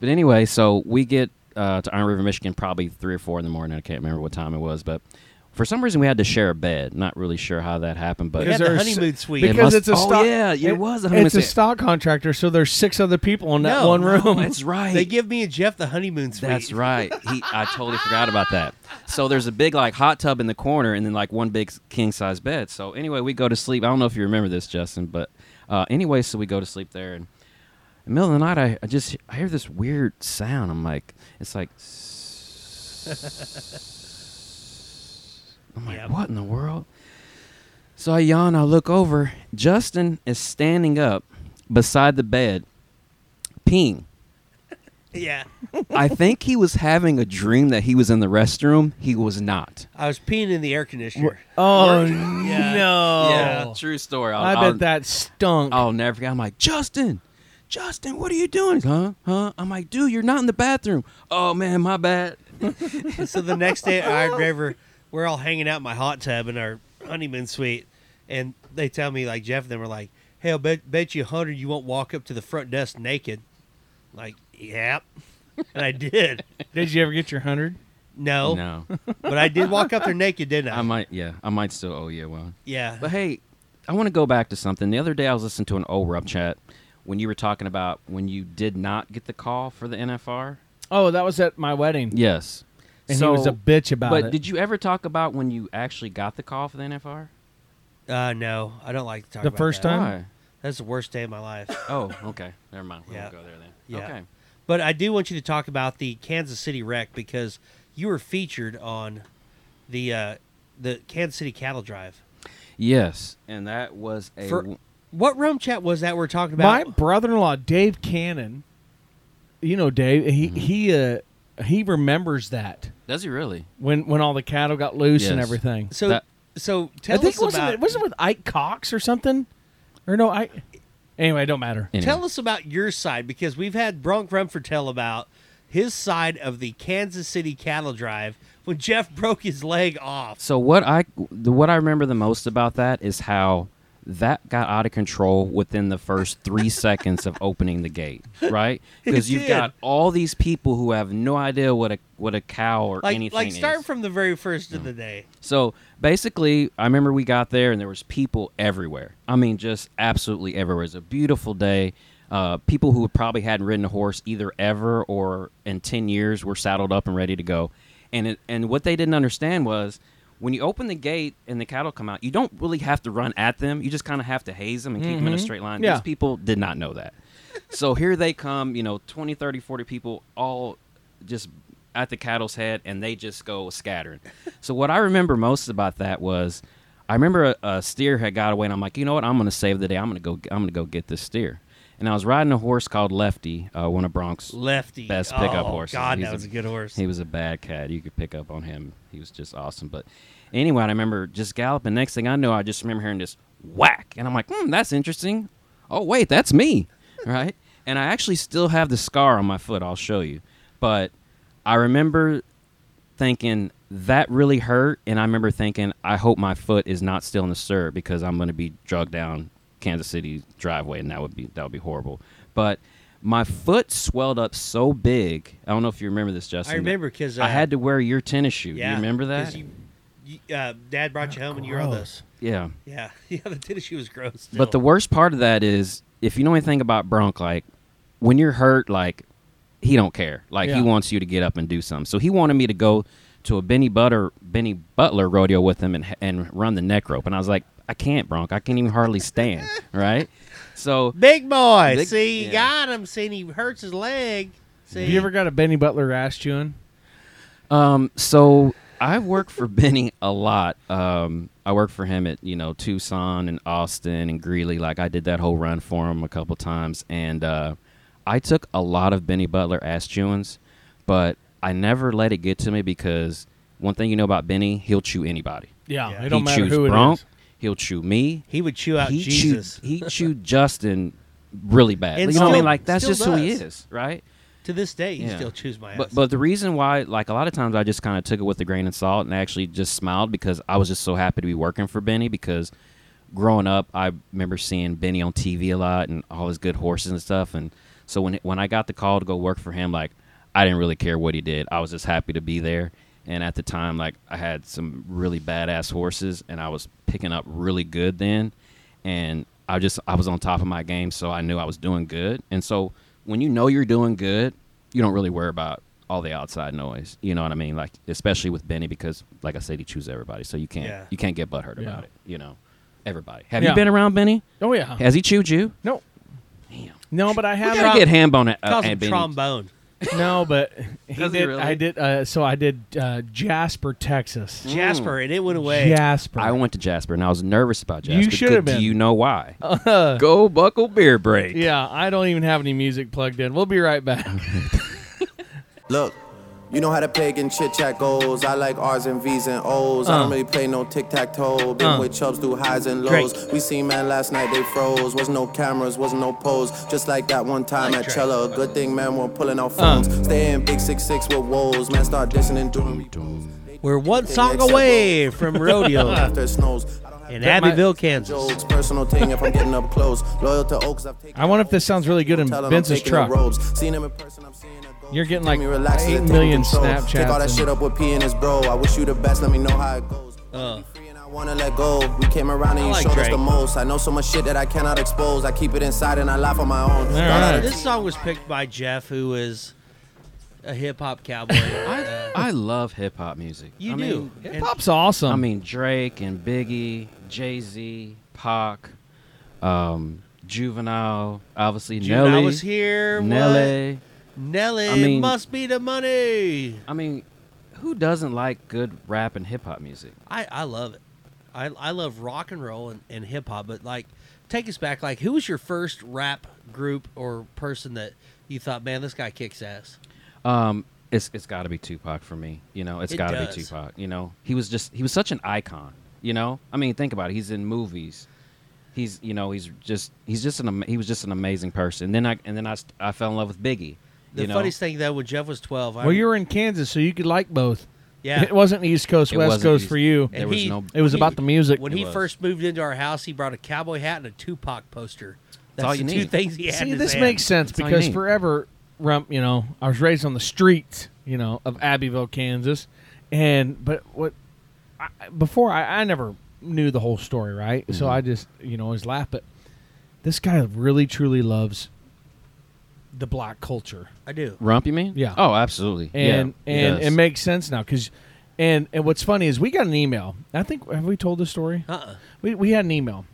S5: But anyway, so we get uh, to Iron River, Michigan, probably three or four in the morning. I can't remember what time it was, but For some reason, we had to share a bed. Not really sure how that happened, but
S2: Yeah,
S4: Because
S2: the
S4: there's-
S2: honeymoon suite. It
S4: Because
S5: must-
S4: it's a
S5: oh,
S4: stock.
S5: yeah, yeah, it was the honeymoon
S4: It's a
S5: suite.
S4: stock contractor, so there's six other people in that
S2: No,
S4: one
S2: no,
S4: room.
S5: Oh, that's right.
S2: They give me and Jeff the honeymoon suite.
S5: That's right. He, I totally forgot about that. So there's a big like hot tub in the corner, and then like one big king size bed. So anyway, we go to sleep. I don't know if you remember this, Justin, but uh, anyway, so we go to sleep there, and in the middle of the night, I, I just I hear this weird sound. I'm like, it's like, I'm like,
S2: Yep.
S5: what in the world? So I yawn. I look over. Justin is standing up beside the bed, peeing.
S2: Yeah.
S5: I think he was having a dream that he was in the restroom. He was not.
S2: I was peeing in the air conditioner.
S4: Oh
S2: Yeah.
S4: no!
S5: Yeah, Um, true story. I'll,
S4: Oh. I
S5: I'll-
S4: bet that stunk.
S5: I'll never forget. I'm like, Justin, Justin, what are you doing? Huh? Huh? I'm like, dude, you're not in the bathroom. Oh man, my bad.
S2: And so the next day, I
S5: Oh.
S2: River, we're all hanging out in my hot tub in our honeymoon suite, and they tell me like Jeff and them were like, "Hey, I bet bet you a hundred you won't walk up to the front desk naked." Like, yep, and I did.
S4: Did you ever get your hundred? Oh.
S2: No,
S5: No,
S2: but I did walk up there naked, didn't I?
S5: I might. Yeah, I might still owe you one.
S2: yeah,
S5: But hey, I want to go back to something. The other day, I was listening to an old rub chat when you were talking about when you did not get the call for the NFR.
S4: Oh, that was at my wedding,
S5: Yes,
S4: and he was a bitch about
S5: But
S4: it.
S5: did you ever talk about when you actually got the call for the NFR?
S2: uh, no, I don't like to talk
S4: The
S2: about
S4: first
S2: that.
S4: time?
S5: Why?
S2: That's the worst day of my life.
S5: Oh, okay. Never mind. We
S2: Yeah.
S5: won't go there then.
S2: Yeah.
S5: Okay.
S2: But I do want you to talk about the Kansas City wreck because you were featured on the uh, the Kansas City cattle drive.
S5: Yes, and that was a
S2: For, what rum chat was that we're talking
S4: my
S2: about?
S4: brother-in-law Dave Cannon? You know, Dave. He
S5: Mm-hmm.
S4: he uh, he remembers that
S5: Does he really?
S4: when when all the cattle got loose and
S5: Yes.
S4: everything.
S2: so
S5: that-
S2: so tell
S4: I think
S2: us
S4: wasn't
S2: about
S4: it wasn't it with Ike Cox or something, or no? I anyway, it don't matter.
S2: tell us about your side because we've had Bronk Rumford tell about his side of the Kansas City cattle drive when Jeff broke his leg off.
S5: So what I the, what I remember the most about that is how that got out of control within the first three seconds of opening the gate, right? Because
S2: It
S5: you've
S2: did.
S5: got all these people who have no idea what a what a cow or
S2: Like
S5: anything
S2: like
S5: is.
S2: starting from the very first
S5: Mm.
S2: of the day.
S5: So basically, I remember we got there and there was people everywhere. I mean, just absolutely everywhere. It was a beautiful day. Uh, people who probably hadn't ridden a horse either ever or in ten years were saddled up and ready to go. And it, and what they didn't understand was when you open the gate and the cattle come out, you don't really have to run at them. You just kind of have to haze them and keep them in a straight line.
S4: Yeah.
S5: These people did not know that. so here they come, you know, 20, 30, 40 people all just at the cattle's head and they just go scattering. so what I remember most about that was I remember a, a steer had got away and I'm like, you know what? I'm going to save the day. I'm going to go I'm going to go get this steer. And I was riding a horse called Lefty, uh, one of Bronx
S2: Lefty
S5: best pickup
S2: oh,
S5: horses.
S2: God,
S5: He's
S2: that was a good horse.
S5: He was a bad cat. You could pick up on him. He was just awesome. But anyway, I remember just galloping. Next thing I know, I just remember hearing this whack, and I'm like, "Hmm, that's interesting." Oh wait, that's me, right? And I actually still have the scar on my foot. I'll show you. But I remember thinking that really hurt, and I remember thinking, "I hope my foot is not still in the stirrup because I'm going to be drugged down Kansas City driveway, and that would be that would be horrible." But my foot swelled up so big. I don't know if you remember this, Justin.
S2: I
S5: but
S2: remember 'cause,
S5: I
S2: uh,
S5: had to wear your tennis shoe. you remember
S2: 'cause
S5: that?
S2: You, you, uh, Dad brought you home and you were on those.
S5: yeah.
S2: Yeah, yeah. The tennis shoe was gross.
S5: But the
S2: still.
S5: worst part of that is if you know anything about Bronk, like when you're hurt, like he don't care. Like
S4: Yeah.
S5: he wants you to get up and do something. So he wanted me to go to a Benny Butter Benny Butler rodeo with him and and run the neck rope. And I was like, I can't, Bronk. I can't even hardly stand. right. So
S2: big boy.
S5: Big-
S2: see,
S5: yeah.
S2: you got him. See, and he hurts his leg. See,
S4: Have you ever got a Benny Butler ass chewing?
S5: Um, so I work for Benny a lot. Um, I work for him at you know Tucson and Austin and Greeley. Like I did that whole run for him a couple times, and uh, I took a lot of Benny Butler ass chewings, but I never let it get to me because one thing you know about Benny, he'll chew anybody.
S4: Yeah,
S2: Yeah.
S4: it don't
S5: he
S4: matter
S5: chews
S4: who it
S5: Bronk,
S4: is.
S5: He'll chew me.
S2: He would chew out
S5: he
S2: Jesus.
S5: chewed he chewed Justin really bad.
S2: And
S5: you know what I mean?
S2: still-
S5: Like that's
S2: still
S5: just who he
S2: does.
S5: is, right?
S2: to this day, he
S5: Yeah.
S2: still chews my ass.
S5: But but the reason why, like a lot of times, I just kind of took it with a grain of salt and actually just smiled because I was just so happy to be working for Benny because growing up, I remember seeing Benny on TV a lot and all his good horses and stuff. And so when when I got the call to go work for him, like I didn't really care what he did. I was just happy to be there. And at the time, like I had some really badass horses, and I was picking up really good then. And I just I was on top of my game, so I knew I was doing good. And so when you know you're doing good, you don't really worry about all the outside noise. You know what I mean? Like especially with Benny, because like I said, he chooses everybody, so you can't
S2: Yeah.
S5: you can't get butthurt
S4: Yeah.
S5: about it. You know, everybody. Have
S4: Yeah.
S5: you been around Benny?
S4: Oh yeah.
S5: Has he chewed you?
S4: No.
S5: Damn.
S4: No, but I
S5: We
S4: have
S5: gotta get ham bone at, uh,
S2: Call
S5: at
S2: him
S5: Benny's.
S2: trombone.
S4: No, but he
S5: Does he
S4: did,
S5: really?
S4: I did. Uh, so I did uh, Jasper, Texas.
S5: Mm.
S2: Jasper, and it went away.
S4: Jasper.
S5: I went to Jasper and I was nervous about
S4: You
S5: Jasper.
S4: should
S5: Good-
S4: have been.
S5: Do you know why? Go buckle beer break.
S4: yeah, I don't even have any music plugged in. We'll be right back.
S7: Look, you know how the pagan chit chat goes. I like R's and V's and O's.
S2: Uh.
S7: I don't really play no tic tac toe. Been with chubs do highs and lows. We seen man last night, they froze. Was no cameras, was no pose. Just like that one time at Cella. Good thing man weren't pulling out
S2: Uh.
S7: phones. Staying big six six with woes. Man start dissing and doing
S2: We're one song away from rodeo
S7: after it snows. I don't have
S2: in Abbeville, Kansas.
S7: jokes, personal thing if I'm getting up close. Loyal to Oaks, I've taken
S4: I wonder if this sounds really good in
S7: Tell 'em I'm
S4: Ben's
S7: taking the
S4: truck.
S7: robes. Seen him in person, I'm seeing a ghost.
S4: You're getting
S7: Get
S4: like
S7: me relaxed,
S4: eight
S7: let them
S4: million
S7: control. Take all
S4: Snapchats
S7: that
S4: and-
S7: shit up with P and his bro. I wish you the best. Let me know how it goes.
S4: Uh.
S7: Free and I wanna let go. We came around and you
S2: like
S7: showed us
S2: Drake.
S7: the most. I know so much shit that I cannot expose. I keep it inside and I laugh on my own.
S4: All
S7: Thought I'd
S4: right.
S2: Uh, This song was picked by Jeff, who is a hip hop cowboy. Uh,
S5: I love hip hop music.
S2: you
S5: I
S2: do.
S5: Mean,
S2: And
S4: Hip hop's awesome.
S5: I
S2: Um,
S5: mean Drake and Biggie, Jay Z, Pac, um, Juvenile, obviously
S2: Juvenile
S5: Nelly.
S2: was here. what?
S5: Nelly.
S2: Nelly
S5: I mean-
S2: must be the money.
S5: I mean, who doesn't like good rap and hip hop music?
S2: I, I love it. I, I love rock and roll and, and hip hop, but like, take us back. Like, who was your first rap group or person that you thought, man, this guy kicks ass?
S5: Um, it's it's got to be Tupac for me. You know, it's
S2: It
S5: got to be
S2: does.
S5: Tupac. You know, he was just he was such an icon. You know, I mean, think about it. He's in movies. He's you know he's just he's just an ama- he was just an amazing person. then I and then I st- I fell in love with Biggie.
S2: The
S5: you know?
S2: funniest thing though, when Jeff was twelve, I,
S4: well, you were in Kansas, so you could like both.
S2: yeah,
S4: It wasn't East Coast,
S5: It
S4: West
S5: wasn't
S4: Coast
S5: East-
S4: for you.
S5: There
S2: And
S5: was
S2: he-
S5: no.
S4: It was about the music.
S2: when
S5: It
S2: he
S5: was.
S2: first moved into our house, he brought a cowboy hat and a Tupac poster. That's
S5: all
S2: the
S5: you
S2: two
S5: need.
S2: things he had.
S4: See,
S2: in his
S4: this
S2: hand.
S4: makes sense
S5: That's all you
S4: because
S5: need.
S4: forever, Rump, you know, I was raised on the streets, you know, of Abbeville, Kansas, and but what I, before I, I never knew the whole story, right? So
S5: Mm-hmm.
S4: I just you know always laugh, but this guy really truly loves the black culture,
S2: I do.
S5: Rump, you mean?
S4: Yeah.
S5: Oh, absolutely.
S4: and
S5: yeah,
S4: and
S5: yes.
S4: it makes sense now because. And, and what's funny is we got an email. I think have we told this story?
S2: Uh. uh
S4: we, we had an email,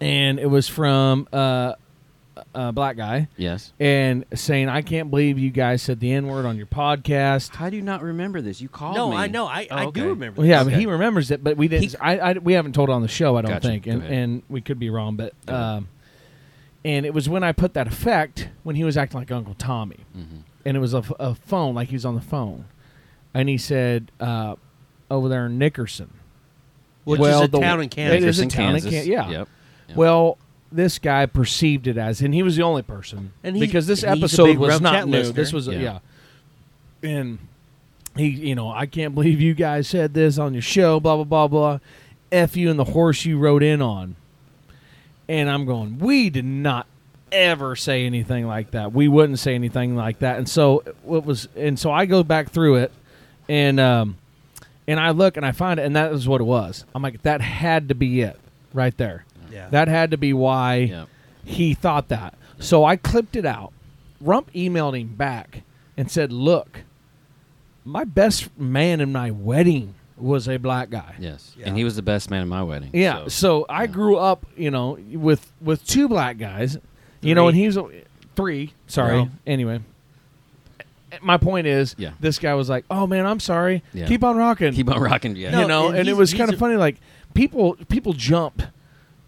S4: and it was from uh, a black guy,
S5: yes.
S4: and saying, "I can't believe you guys said the n word on your podcast."
S5: How do you not remember this? You called
S2: No,
S5: me.
S2: I know. I,
S5: Oh,
S2: I
S5: okay.
S2: do remember.
S4: Well, yeah,
S2: this.
S4: but he remembers it, but we didn't.
S5: He-
S4: I, I we haven't told it on the show, I don't
S5: Gotcha.
S4: think,
S5: Go
S4: and
S5: ahead.
S4: and we could be wrong, but
S5: Go ahead.
S4: um, and it was when I put that effect when he was acting like Uncle Tommy,
S5: Mm-hmm.
S4: and it was a, f- a phone, like he was on the phone, and he said, uh, "Over there in Nickerson."
S2: Which
S4: well,
S2: is a
S4: the-
S2: town in
S4: It
S2: Kansas.
S4: is a
S5: Jefferson,
S4: town in
S5: Kansas.
S4: Kan- yeah.
S5: Yep. Yep.
S4: Well, this guy perceived it as, and he was the only person,
S2: And he-
S4: because this
S2: he's a
S4: episode
S2: big
S4: was
S2: Rump
S4: not
S2: Chat
S4: new.
S2: listener.
S4: This was a- yeah.
S5: Yeah.
S4: and he, you know, I can't believe you guys said this on your show. Blah blah blah blah. F you and the horse you rode in on. And I'm going. We did not ever say anything like that. We wouldn't say anything like that. And so what was, and so I go back through it, and um, and I look and I find it, and that is what it was. I'm like, that had to be it right there.
S2: Yeah.
S4: That had to be why
S5: Yep.
S4: he thought that. So I clipped it out. Rump emailed him back and said, Look, my best man in my wedding was a black guy.
S5: Yes.
S2: Yeah.
S5: And he was the best man at my wedding.
S4: Yeah. So,
S5: so-
S4: I grew up, you know, with with two black guys, you know, and
S2: Three.
S4: he's a- three. Sorry.
S5: Well-
S4: Anyway, my point is,
S5: Yeah.
S4: this guy was like, "Oh man, I'm sorry.
S5: Yeah.
S4: Keep on rocking.
S5: keep on rocking. Yeah.
S4: you know."
S2: and
S4: And, it
S2: he's-
S4: was
S2: he's
S4: kind
S2: a-
S4: of funny. Like people people jump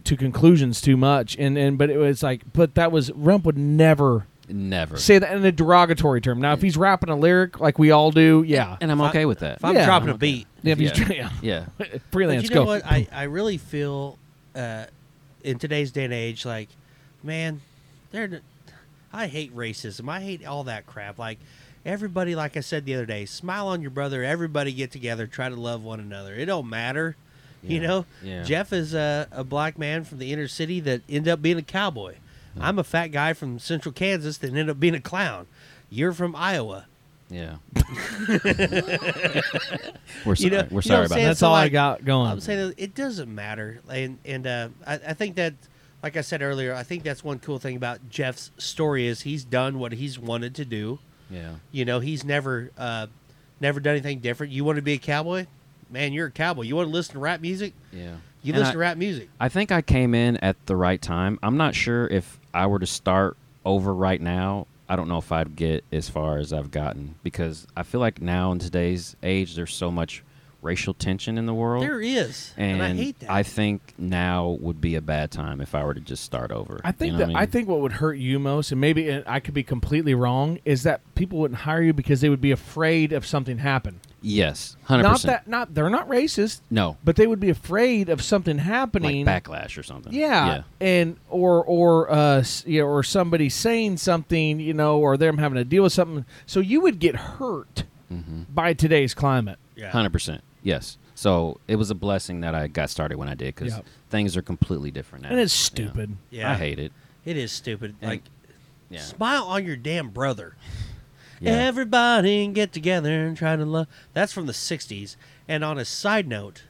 S4: to conclusions too much, and and but it was like, but that was Rump would never
S5: Never.
S4: say that in a derogatory term. Now, if he's rapping a lyric like we all do, yeah,
S5: and I'm okay with that.
S2: If I'm
S4: Yeah.
S2: dropping a beat,
S4: yeah, if he's,
S5: Yeah.
S4: yeah.
S5: Yeah.
S4: freelance
S2: But you know
S4: go.
S2: what? I, I really feel uh, in today's day and age, like, man, they're. I hate racism. I hate all that crap. Like everybody, like I said the other day, smile on your brother. Everybody get together, try to love one another. It don't matter, you
S5: Yeah.
S2: know.
S5: Yeah.
S2: Jeff is a, a black man from the inner city that ended up being a cowboy. I'm a fat guy from central Kansas that ended up being a clown. You're from Iowa.
S5: Yeah. we're sorry.
S2: You know-
S5: we're
S2: you
S5: sorry
S2: know what I'm
S5: about
S2: saying?
S5: that.
S4: That's
S2: so,
S4: all I
S2: like,
S4: got going.
S2: I'm saying it- it doesn't matter, and and uh, I, I think that, like I said earlier, I think that's one cool thing about Jeff's story is he's done what he's wanted to do.
S5: Yeah.
S2: You know, he's never uh, never done anything different. You want to be a cowboy, man? You're a cowboy. You want to listen to rap music?
S5: Yeah.
S2: You
S5: And
S2: listen
S5: I-
S2: to rap music.
S5: I think I came in at the right time. I'm not sure if I were to start over right now, I don't know if I'd get as far as I've gotten because I feel like now in today's age there's so much racial tension in the world.
S2: There is, and,
S5: and
S2: I hate that.
S5: I think now would be a bad time if I were to just start over.
S4: I think
S5: You know
S4: that
S5: what
S4: I,
S5: mean?
S4: think what would hurt you most, and maybe and I could be completely wrong, is that people wouldn't hire you because they would be afraid of something happen.
S5: yes, hundred
S4: Not
S5: percent.
S4: that not they're not racist,
S5: No,
S4: but they would be afraid of something happening.
S5: like backlash or something.
S4: yeah, and or or uh, s- you know, or somebody saying something, you know, or them having to deal with something. So you would get hurt
S5: Mm-hmm.
S4: by today's climate.
S2: yeah.
S5: hundred percent. Yes. So it was a blessing that I got started when I did because
S4: Yep.
S5: things are completely different now.
S4: And it's
S5: you know?
S4: stupid.
S2: Yeah.
S5: I hate it.
S2: It is stupid.
S5: And-
S2: like,
S5: yeah.
S2: smile on your damn brother.
S5: Yeah.
S2: Everybody get together and try to love. That's from the '60s. And on a side note,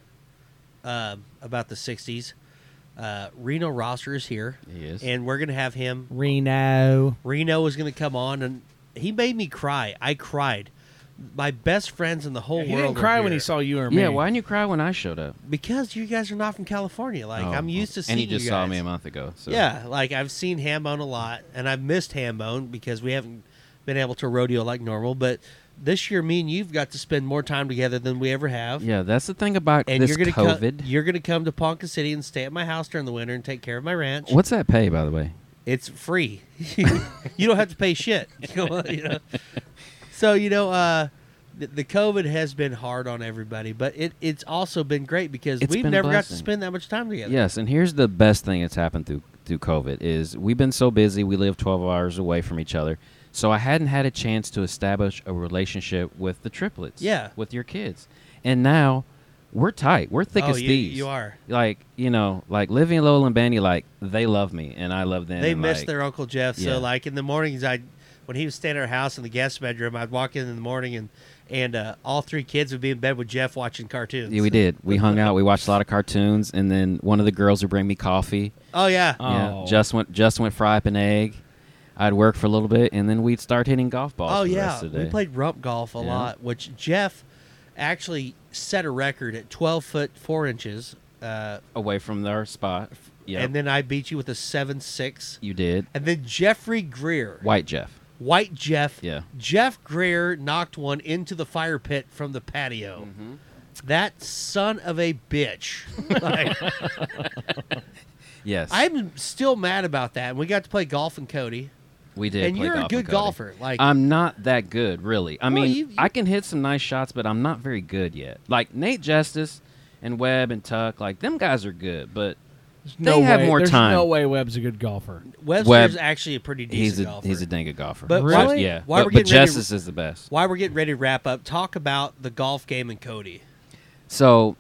S2: uh, about the '60s, uh, Reno Rosser is here.
S5: He is.
S2: and we're gonna have him.
S4: Reno.
S2: Reno is gonna come on, and he made me cry. I cried. My best friends in the whole
S4: He
S2: world.
S4: didn't
S2: were
S4: cry when
S2: here.
S4: he saw you or me.
S5: Yeah, why didn't you cry when I showed up?
S2: because you guys are not from California. Like
S5: Oh,
S2: I'm used to seeing
S5: And you just
S2: you
S5: saw
S2: guys.
S5: me a month ago. So.
S2: Yeah, like I've seen Hambone a lot, and I've missed Hambone because we haven't been able to rodeo like normal. But this year, me and you've got to spend more time together than we ever have.
S5: Yeah, that's the thing about
S2: and
S5: this
S2: you're gonna
S5: COVID.
S2: come. You're gonna come to Ponca City and stay at my house during the winter and take care of my ranch.
S5: What's that pay, by the way?
S2: It's free. you don't have to pay shit. You know, you know? So you know, uh, the, the COVID has been hard on everybody, but it, it's also been great because
S5: It's
S2: we've
S5: been a
S2: never got to
S5: blessing.
S2: spend that much time together.
S5: Yes, and here's the best thing that's happened through through COVID is we've been so busy. We live 12 hours away from each other, so I hadn't had a chance to establish a relationship with the triplets.
S2: Yeah.
S5: with your kids, and now we're tight. We're thick
S2: Oh,
S5: as
S2: you-
S5: thieves.
S2: you are.
S5: Like you know, like Livy and Lola and Bandy. Like they love me, and I love them.
S2: They
S5: and,
S2: missed
S5: like,
S2: their Uncle Jeff.
S5: yeah.
S2: So like in the mornings, I when he was staying at our house in the guest bedroom, I'd walk in in the morning and and uh, all three kids would be in bed with Jeff watching cartoons.
S5: Yeah, we did. We hung out. We watched a lot of cartoons, and then one of the girls would bring me coffee.
S2: Oh yeah.
S5: Yeah,
S4: Oh.
S5: just went just went fry up an egg. I'd work for a little bit, and then we'd start hitting golf balls.
S2: oh
S5: for the
S2: yeah.
S5: rest of the
S2: We
S5: day.
S2: played rump golf a
S5: Yeah.
S2: lot, which Jeff actually set a record at 12 foot 4 inches. Uh,
S5: away from their spot. Yeah,
S2: And then I beat you with a 7 6.
S5: you did.
S2: And then Jeffrey Greer,
S5: White Jeff.
S2: White Jeff.
S5: Yeah.
S2: Jeff Greer knocked one into the fire pit from the patio.
S5: Mm-hmm.
S2: That son of a bitch. Like,
S5: Yes,
S2: I'm still mad about that. And we got to play golf and Cody.
S5: we did.
S2: and
S5: play
S2: you're a
S5: golf
S2: good
S5: with Cody. Um,
S2: golfer. Like
S5: I'm not that good, really. I
S2: Well,
S5: mean,
S2: you- you-
S5: I can hit some nice shots, but I'm not very good yet. Like Nate Justice and Webb and Tuck, like them guys are good, but
S4: No
S5: they have
S4: way.
S5: more
S4: There's
S5: time.
S4: No way Webb's a good golfer.
S2: Webster's
S5: Webb-
S2: actually a pretty decent
S5: he's a
S2: golfer.
S5: he's a dang good golfer.
S2: But
S5: Just-
S4: really?
S5: yeah.
S2: Why
S5: but,
S2: we're
S5: but
S2: getting ready to-
S5: Justice is the best.
S2: While we're getting ready to wrap up, talk about the golf game and Cody.
S5: So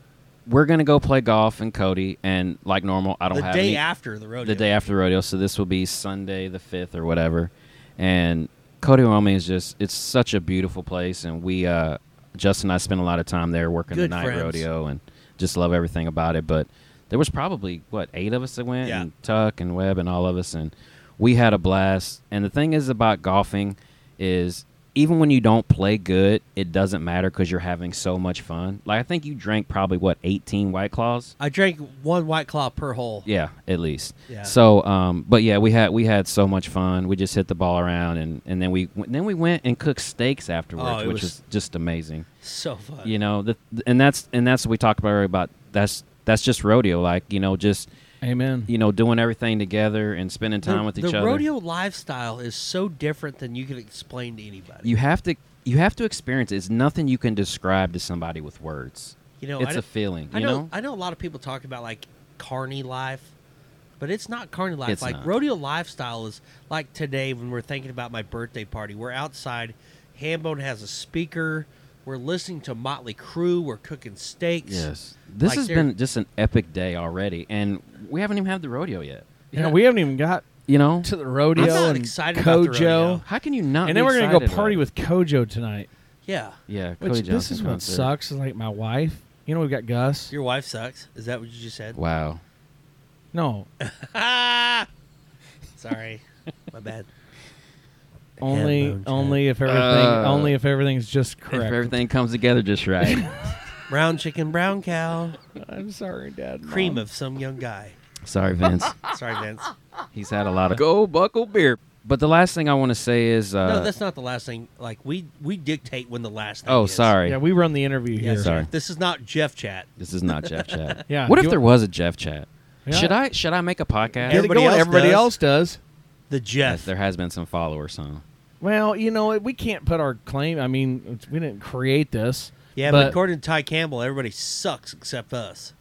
S5: we're gonna go play golf and Cody, and like normal, I don't
S2: The
S5: have
S2: day
S5: any-
S2: after the rodeo.
S5: the day after the rodeo. So this will be Sunday the fifth or whatever. And Cody Wyoming is just it's such a beautiful place and we uh Justin and I spent a lot of time there working the
S2: Good
S5: night
S2: friends.
S5: rodeo and just love everything about it. But there was probably what, eight of us that went
S2: Yeah.
S5: and Tuck and Webb and all of us and we had a blast. And the thing is about golfing is even when you don't play good, it doesn't matter because you're having so much fun. Like I think you drank probably what, eighteen white claws?
S2: I drank one white claw per hole.
S5: Yeah, at least.
S2: Yeah.
S5: So, um, but yeah, we had we had so much fun. We just hit the ball around, and and then we then we went and cooked steaks afterwards,
S2: Oh, it
S5: which
S2: was- Uh,
S5: is just amazing.
S2: So fun.
S5: You know, the, and that's and that's what we talked about earlier about that's that's just rodeo, like you know, just
S4: Amen.
S5: you know, doing everything together and spending time with each
S2: the
S5: other.
S2: rodeo lifestyle is so different than you can explain to anybody.
S5: You have to you have to experience it. It's nothing you can describe to somebody with words.
S2: You know, I
S5: it's
S2: d-
S5: a feeling.
S2: I
S5: you
S2: know, I know a lot of people talk about like carny life, but it's not carny life.
S5: It's
S2: like
S5: not.
S2: rodeo lifestyle is like today when we're thinking about my birthday party. We're outside. Hambone has a speaker. We're listening to Motley Crue. We're cooking steaks.
S5: Yes, this
S2: Like
S5: has
S2: they're-
S5: been just an epic day already, and we haven't even had the rodeo yet.
S4: Yeah, we haven't even got
S5: You know,
S4: to the rodeo
S2: I'm not
S4: and
S2: excited about the
S4: Kojo.
S2: rodeo.
S5: Oh, how can you not?
S4: And
S5: be
S4: then we're gonna go
S5: excited about
S4: party
S5: it?
S4: with Kojo tonight.
S2: Yeah.
S5: yeah.
S4: Which
S5: Cody
S4: this
S5: Johnson
S4: is what
S5: concert.
S4: sucks is like my wife. You know we've got Gus.
S2: Your wife sucks. Is that what you just said?
S5: Wow.
S4: no,
S2: Ah! Sorry. My bad.
S4: only
S2: Headphone
S4: only if everything
S5: Uh,
S4: only if everything's just correct.
S5: If everything comes together just right.
S2: Brown chicken, brown cow,
S4: I'm sorry, Dad. Mom.
S2: cream of some young guy.
S5: Sorry, Vince.
S2: Sorry, Vince.
S5: Uh, He's had a lot of go buckle beer. But the last thing I want to say is, uh,
S2: no, that's not the last thing. Like we we dictate when the last. thing
S5: oh,
S2: is.
S5: sorry,
S4: Yeah, we run the interview
S2: Yeah,
S4: here.
S5: Sorry.
S2: This is not Jeff chat.
S5: this is not Jeff Chat.
S4: Yeah,
S5: What if
S4: you-
S5: there was a Jeff Chat?
S4: Yeah.
S5: Should I should I make a
S4: Get
S5: podcast?
S4: it
S2: Everybody
S4: going,
S2: else
S4: everybody
S2: does.
S4: else does.
S2: The
S5: Yes,
S2: Jeff.
S5: there has been some followers, huh?
S4: Well, you know, we can't put our claim. I mean, it's- we didn't create this.
S2: yeah, but, according to Ty Campbell, everybody sucks except us.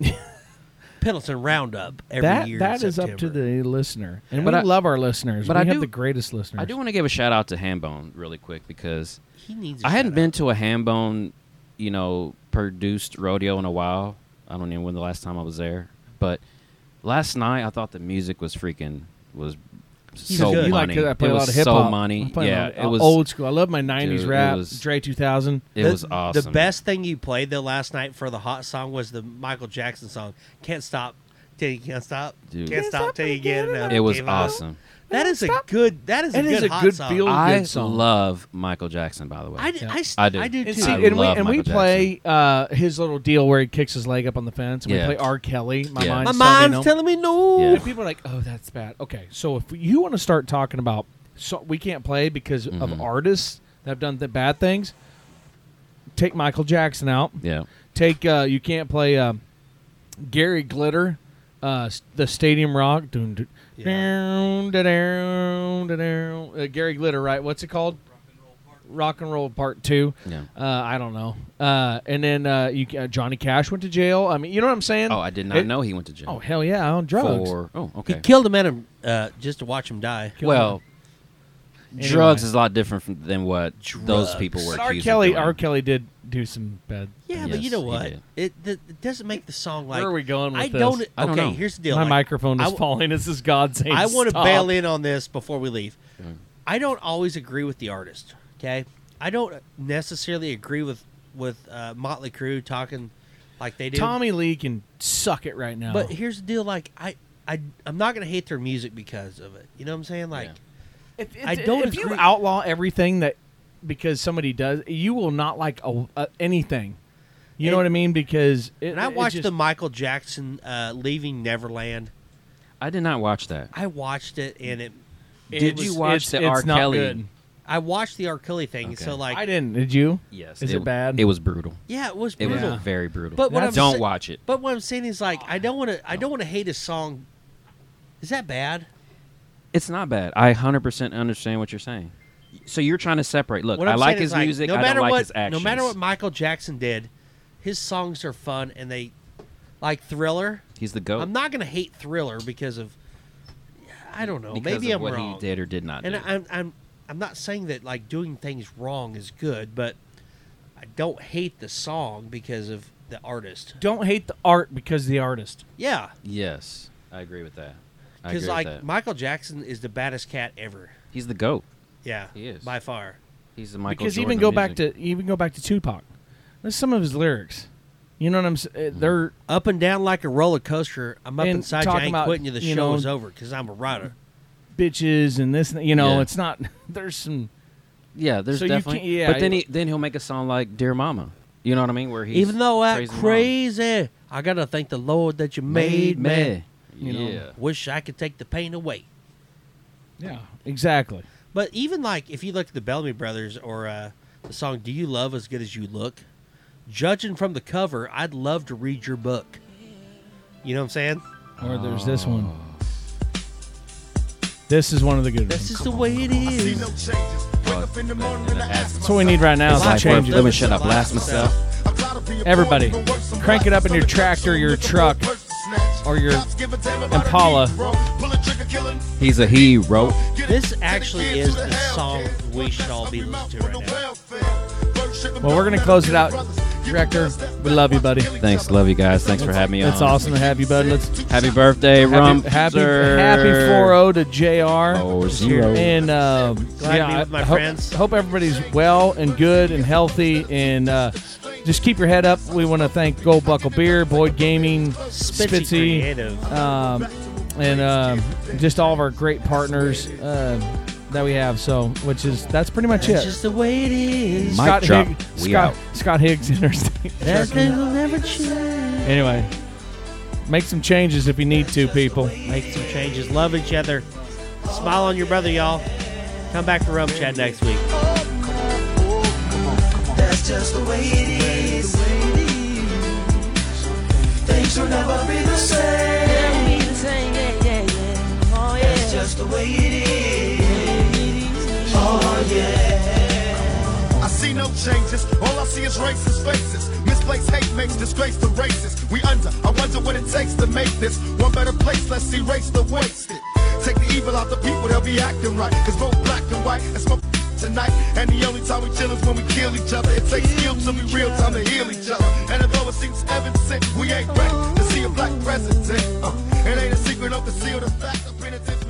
S2: Pendleton Roundup every
S4: that
S2: year. in
S4: that is up to
S2: September.
S4: the listener, and
S5: But
S4: we
S5: I-
S4: love our listeners.
S5: but
S4: we
S5: I
S4: have
S5: do-
S4: the greatest listeners.
S5: I do want to give a shout out to Hambone really quick because
S2: He needs. I
S5: I hadn't been to a Hambone, you know, produced rodeo in a while. I don't even when the last time I was there, but last night I thought the music was freaking was so
S2: good.
S4: You like
S5: money.
S4: it? I play
S5: it
S4: a lot
S5: was
S4: of hip
S5: so
S4: hop.
S5: money.
S4: I play a
S5: Yeah,
S4: lot of
S5: it was
S4: old school. I love my '90s
S5: Dude, it
S4: rap.
S5: was-
S4: Dre 2000.
S5: It
S2: the,
S5: was awesome.
S2: The best thing you played the last night for the hot song was the Michael Jackson song. Can't stop till you can't stop.
S5: Dude.
S2: Can't
S5: Can't
S2: stop till you get enough.
S5: It was
S2: Give up.
S5: awesome.
S2: That is a good. That is a
S4: It
S2: good
S4: is a
S2: hot
S4: good
S2: song.
S4: feel-
S5: I
S4: good song.
S5: love Michael Jackson, by the way.
S2: I, d- I, s-
S5: I do.
S2: I do too.
S4: And see,
S5: I
S4: and we
S5: love
S4: and we
S5: Michael
S4: play uh, his little deal where he kicks his leg up on the fence. And
S5: Yeah.
S4: We play R. Kelly. My
S5: Yeah.
S4: mind's,
S2: My
S4: telling me
S2: mind's
S4: no.
S2: telling me no.
S5: Yeah.
S4: And people are like, "Oh, that's bad." Okay, so if you want to start talking about, so we can't play because
S5: Mm-hmm.
S4: of artists that have done the bad things. Take Michael Jackson out.
S5: yeah,
S4: Take uh, you can't play um Gary Glitter, uh, s- the Stadium Rock. Doom, do,
S2: Yeah.
S4: down, da-down, da-down. Uh, Gary Glitter, right? What's it called? Rock and Roll Part Two.
S5: Yeah.
S4: Uh, I don't know. Uh, and then uh, you ca- Johnny Cash went to jail. I mean, you know what I'm saying?
S5: Oh, I did not
S4: It-
S5: know he went to jail.
S4: Oh hell yeah, on drugs.
S5: for oh okay.
S2: He killed him at him uh, just to watch him die.
S5: well,
S4: Anyway.
S5: drugs is a lot different from, than what
S2: Drugs.
S5: those people were.
S4: But R.
S5: accused of
S4: Kelly,
S5: doing.
S4: R. Kelly did do some bad.
S2: yeah, but you
S5: yes,
S2: know
S5: he
S2: what?
S5: did.
S2: It, th- it doesn't make the song like.
S4: Where are we going with
S2: I
S4: this?
S2: don't. Okay,
S5: I don't know.
S2: here's the deal.
S4: My
S2: like,
S4: microphone
S2: I
S4: is
S2: w-
S4: falling. This is God saying.
S2: I want to
S4: stop.
S2: bail in on this before we leave. I don't always agree with the artist. Okay, I don't necessarily agree with with uh, Motley Crue talking like they do.
S4: Tommy Lee can suck it right now.
S2: But here's the deal. Like I, I, I'm not gonna hate their music because of it. You know what I'm saying? Like.
S5: Yeah.
S4: if,
S2: I don't
S4: If you
S2: agree-
S4: outlaw everything that because somebody does, you will not like a, a, anything. You know
S2: And-
S4: what I mean? Because it,
S2: And I
S4: it
S2: watched
S4: just-
S2: the Michael Jackson uh, leaving Neverland.
S5: I did not watch that.
S2: I watched it, and it.
S4: it
S5: Did
S4: was-
S5: you watch
S4: it's-
S5: the
S4: it's
S5: R.
S4: not
S5: Kelly?
S4: good.
S2: I watched the R. Kelly thing, so
S5: Okay.
S2: like,
S4: I didn't. Did you?
S5: Yes,
S4: Is it, bad?
S5: It was brutal.
S2: yeah, it was
S5: It
S2: brutal.
S5: was very brutal.
S2: But what
S4: That's-
S2: I'm
S5: don't
S2: sa-
S5: watch it.
S2: But what I'm saying is like, I don't want to. I don't want to hate a song. Is that bad?
S5: It's not bad. I 100% understand what you're saying. So you're trying to separate. Look,
S2: What
S5: I
S2: I'm
S5: like
S2: saying
S5: his
S2: is, like,
S5: music.
S2: No
S5: I don't
S2: matter
S5: like
S2: what,
S5: his
S2: no
S5: actions.
S2: matter what Michael Jackson did, his songs are fun, and they like Thriller.
S5: he's the goat.
S2: I'm not gonna hate Thriller because of. I don't know.
S5: because
S2: maybe
S5: of
S2: I'm
S5: what
S2: wrong.
S5: he did or did not
S2: and
S5: do.
S2: I'm, I'm I'm not saying that like doing things wrong is good, but I don't hate the song because of the artist.
S4: Don't hate the art because of the artist.
S2: Yeah,
S5: yes, I agree with that. I agree
S2: because
S5: with
S2: like
S5: that.
S2: Michael Jackson is the baddest cat ever.
S5: he's the goat.
S2: Yeah,
S5: He is.
S2: by far.
S5: He's the Michael
S4: because
S5: Jordan
S4: even
S5: of
S4: go back
S5: music.
S4: to even go back to Tupac. There's some of his lyrics. You know what I'm
S5: Hmm.
S4: saying? They're
S2: Up and down like a roller coaster. I'm up
S4: And
S2: inside you. I
S4: talking
S2: ain't
S4: about,
S2: quitting you. The
S4: you
S2: show
S4: know-
S2: is over because I'm a writer.
S4: bitches and this. and that, You know,
S5: Yeah.
S4: it's not. There's some.
S5: Yeah, there's
S4: So you
S5: definitely.
S4: can't- yeah,
S5: but then
S4: you-
S5: he then he'll make a song like "Dear Mama." You know what I mean? Where he's
S2: Even though I'm
S5: praising
S2: crazy, I gotta thank the Lord that you
S5: mom.
S2: made, me.
S5: Yeah.
S4: You know.
S2: Wish I could take the pain away.
S4: Yeah, exactly.
S2: But even like if you look at the Bellamy Brothers or uh, the song "Do You Love as Good as You Look," judging from the cover, I'd love to read your book. You know what I'm saying?
S4: Or there's this one.
S5: Oh.
S4: This is one of the good
S2: This
S4: ones.
S2: is the way it
S6: See no
S2: is.
S6: changes. Wake up in the morning and I ask
S4: That's what we need right now.
S2: It's
S4: Is
S2: life
S4: like
S5: Like,
S2: worth
S4: changes.
S5: let me shut up, blast myself.
S6: I'm proud to be a
S4: Everybody,
S6: boy, even worse, I'm
S4: crank it up in your
S6: black,
S4: tractor, your
S6: something
S4: truck,
S6: to snatch.
S4: or your
S6: Cops give a damn about a
S4: Impala.
S6: Negro. Pull a trigger, kill him.
S5: He's a hero.
S6: Get it.
S2: This
S6: Send the
S2: actually
S6: kid
S2: is
S6: to
S2: the
S6: hell,
S2: song
S6: kid.
S2: we should all be listening to right now.
S4: Well, we're gonna close it out. Director, we love you, buddy.
S5: Thanks, love you guys. Thanks for having me
S4: It's
S5: on.
S4: awesome to have you, bud. Let's happy
S5: Happy birthday, Rump.
S4: happy, happy 4-0 to Jr.
S5: Oh, zero.
S4: And um,
S2: Glad
S4: yeah,
S2: to be
S4: I-
S2: with my
S4: I hope,
S2: friends.
S4: Hope everybody's well and good and healthy, and uh, just keep your head up. We want to thank Gold Buckle Beer, Boyd Gaming,
S2: Spitzy Creative.
S4: um, and um just all of our great partners uh, that we have. So, which is that's pretty much
S2: That's
S4: it.
S2: just the way it is.
S5: Mic drop.
S4: Higg-
S5: We
S4: Scott,
S5: out.
S4: Scott Higgs, Interstate.
S2: That thing will never change.
S4: Anyway, make some changes if you need to, people.
S2: Make some changes. Love each other. Smile on your brother, y'all. Come back to Rum Chat next week.
S8: That's just the way it is. Things will never be the same. That's just the way it is. Oh yeah.
S6: I see no changes, all I see is racist faces. Misplaced hate makes disgrace the races. We under, I wonder what it takes to make this one better place. Let's erase the wasted. Take the evil out the people, they'll be acting right. It's both black and white, it's both tonight. And the only time we chill is when we kill each other. It takes skill to be real time to heal each other. And although it seems evident, we ain't ready to see a black president. Uh, it ain't a secret, don't conceal the fact. I'm penitent.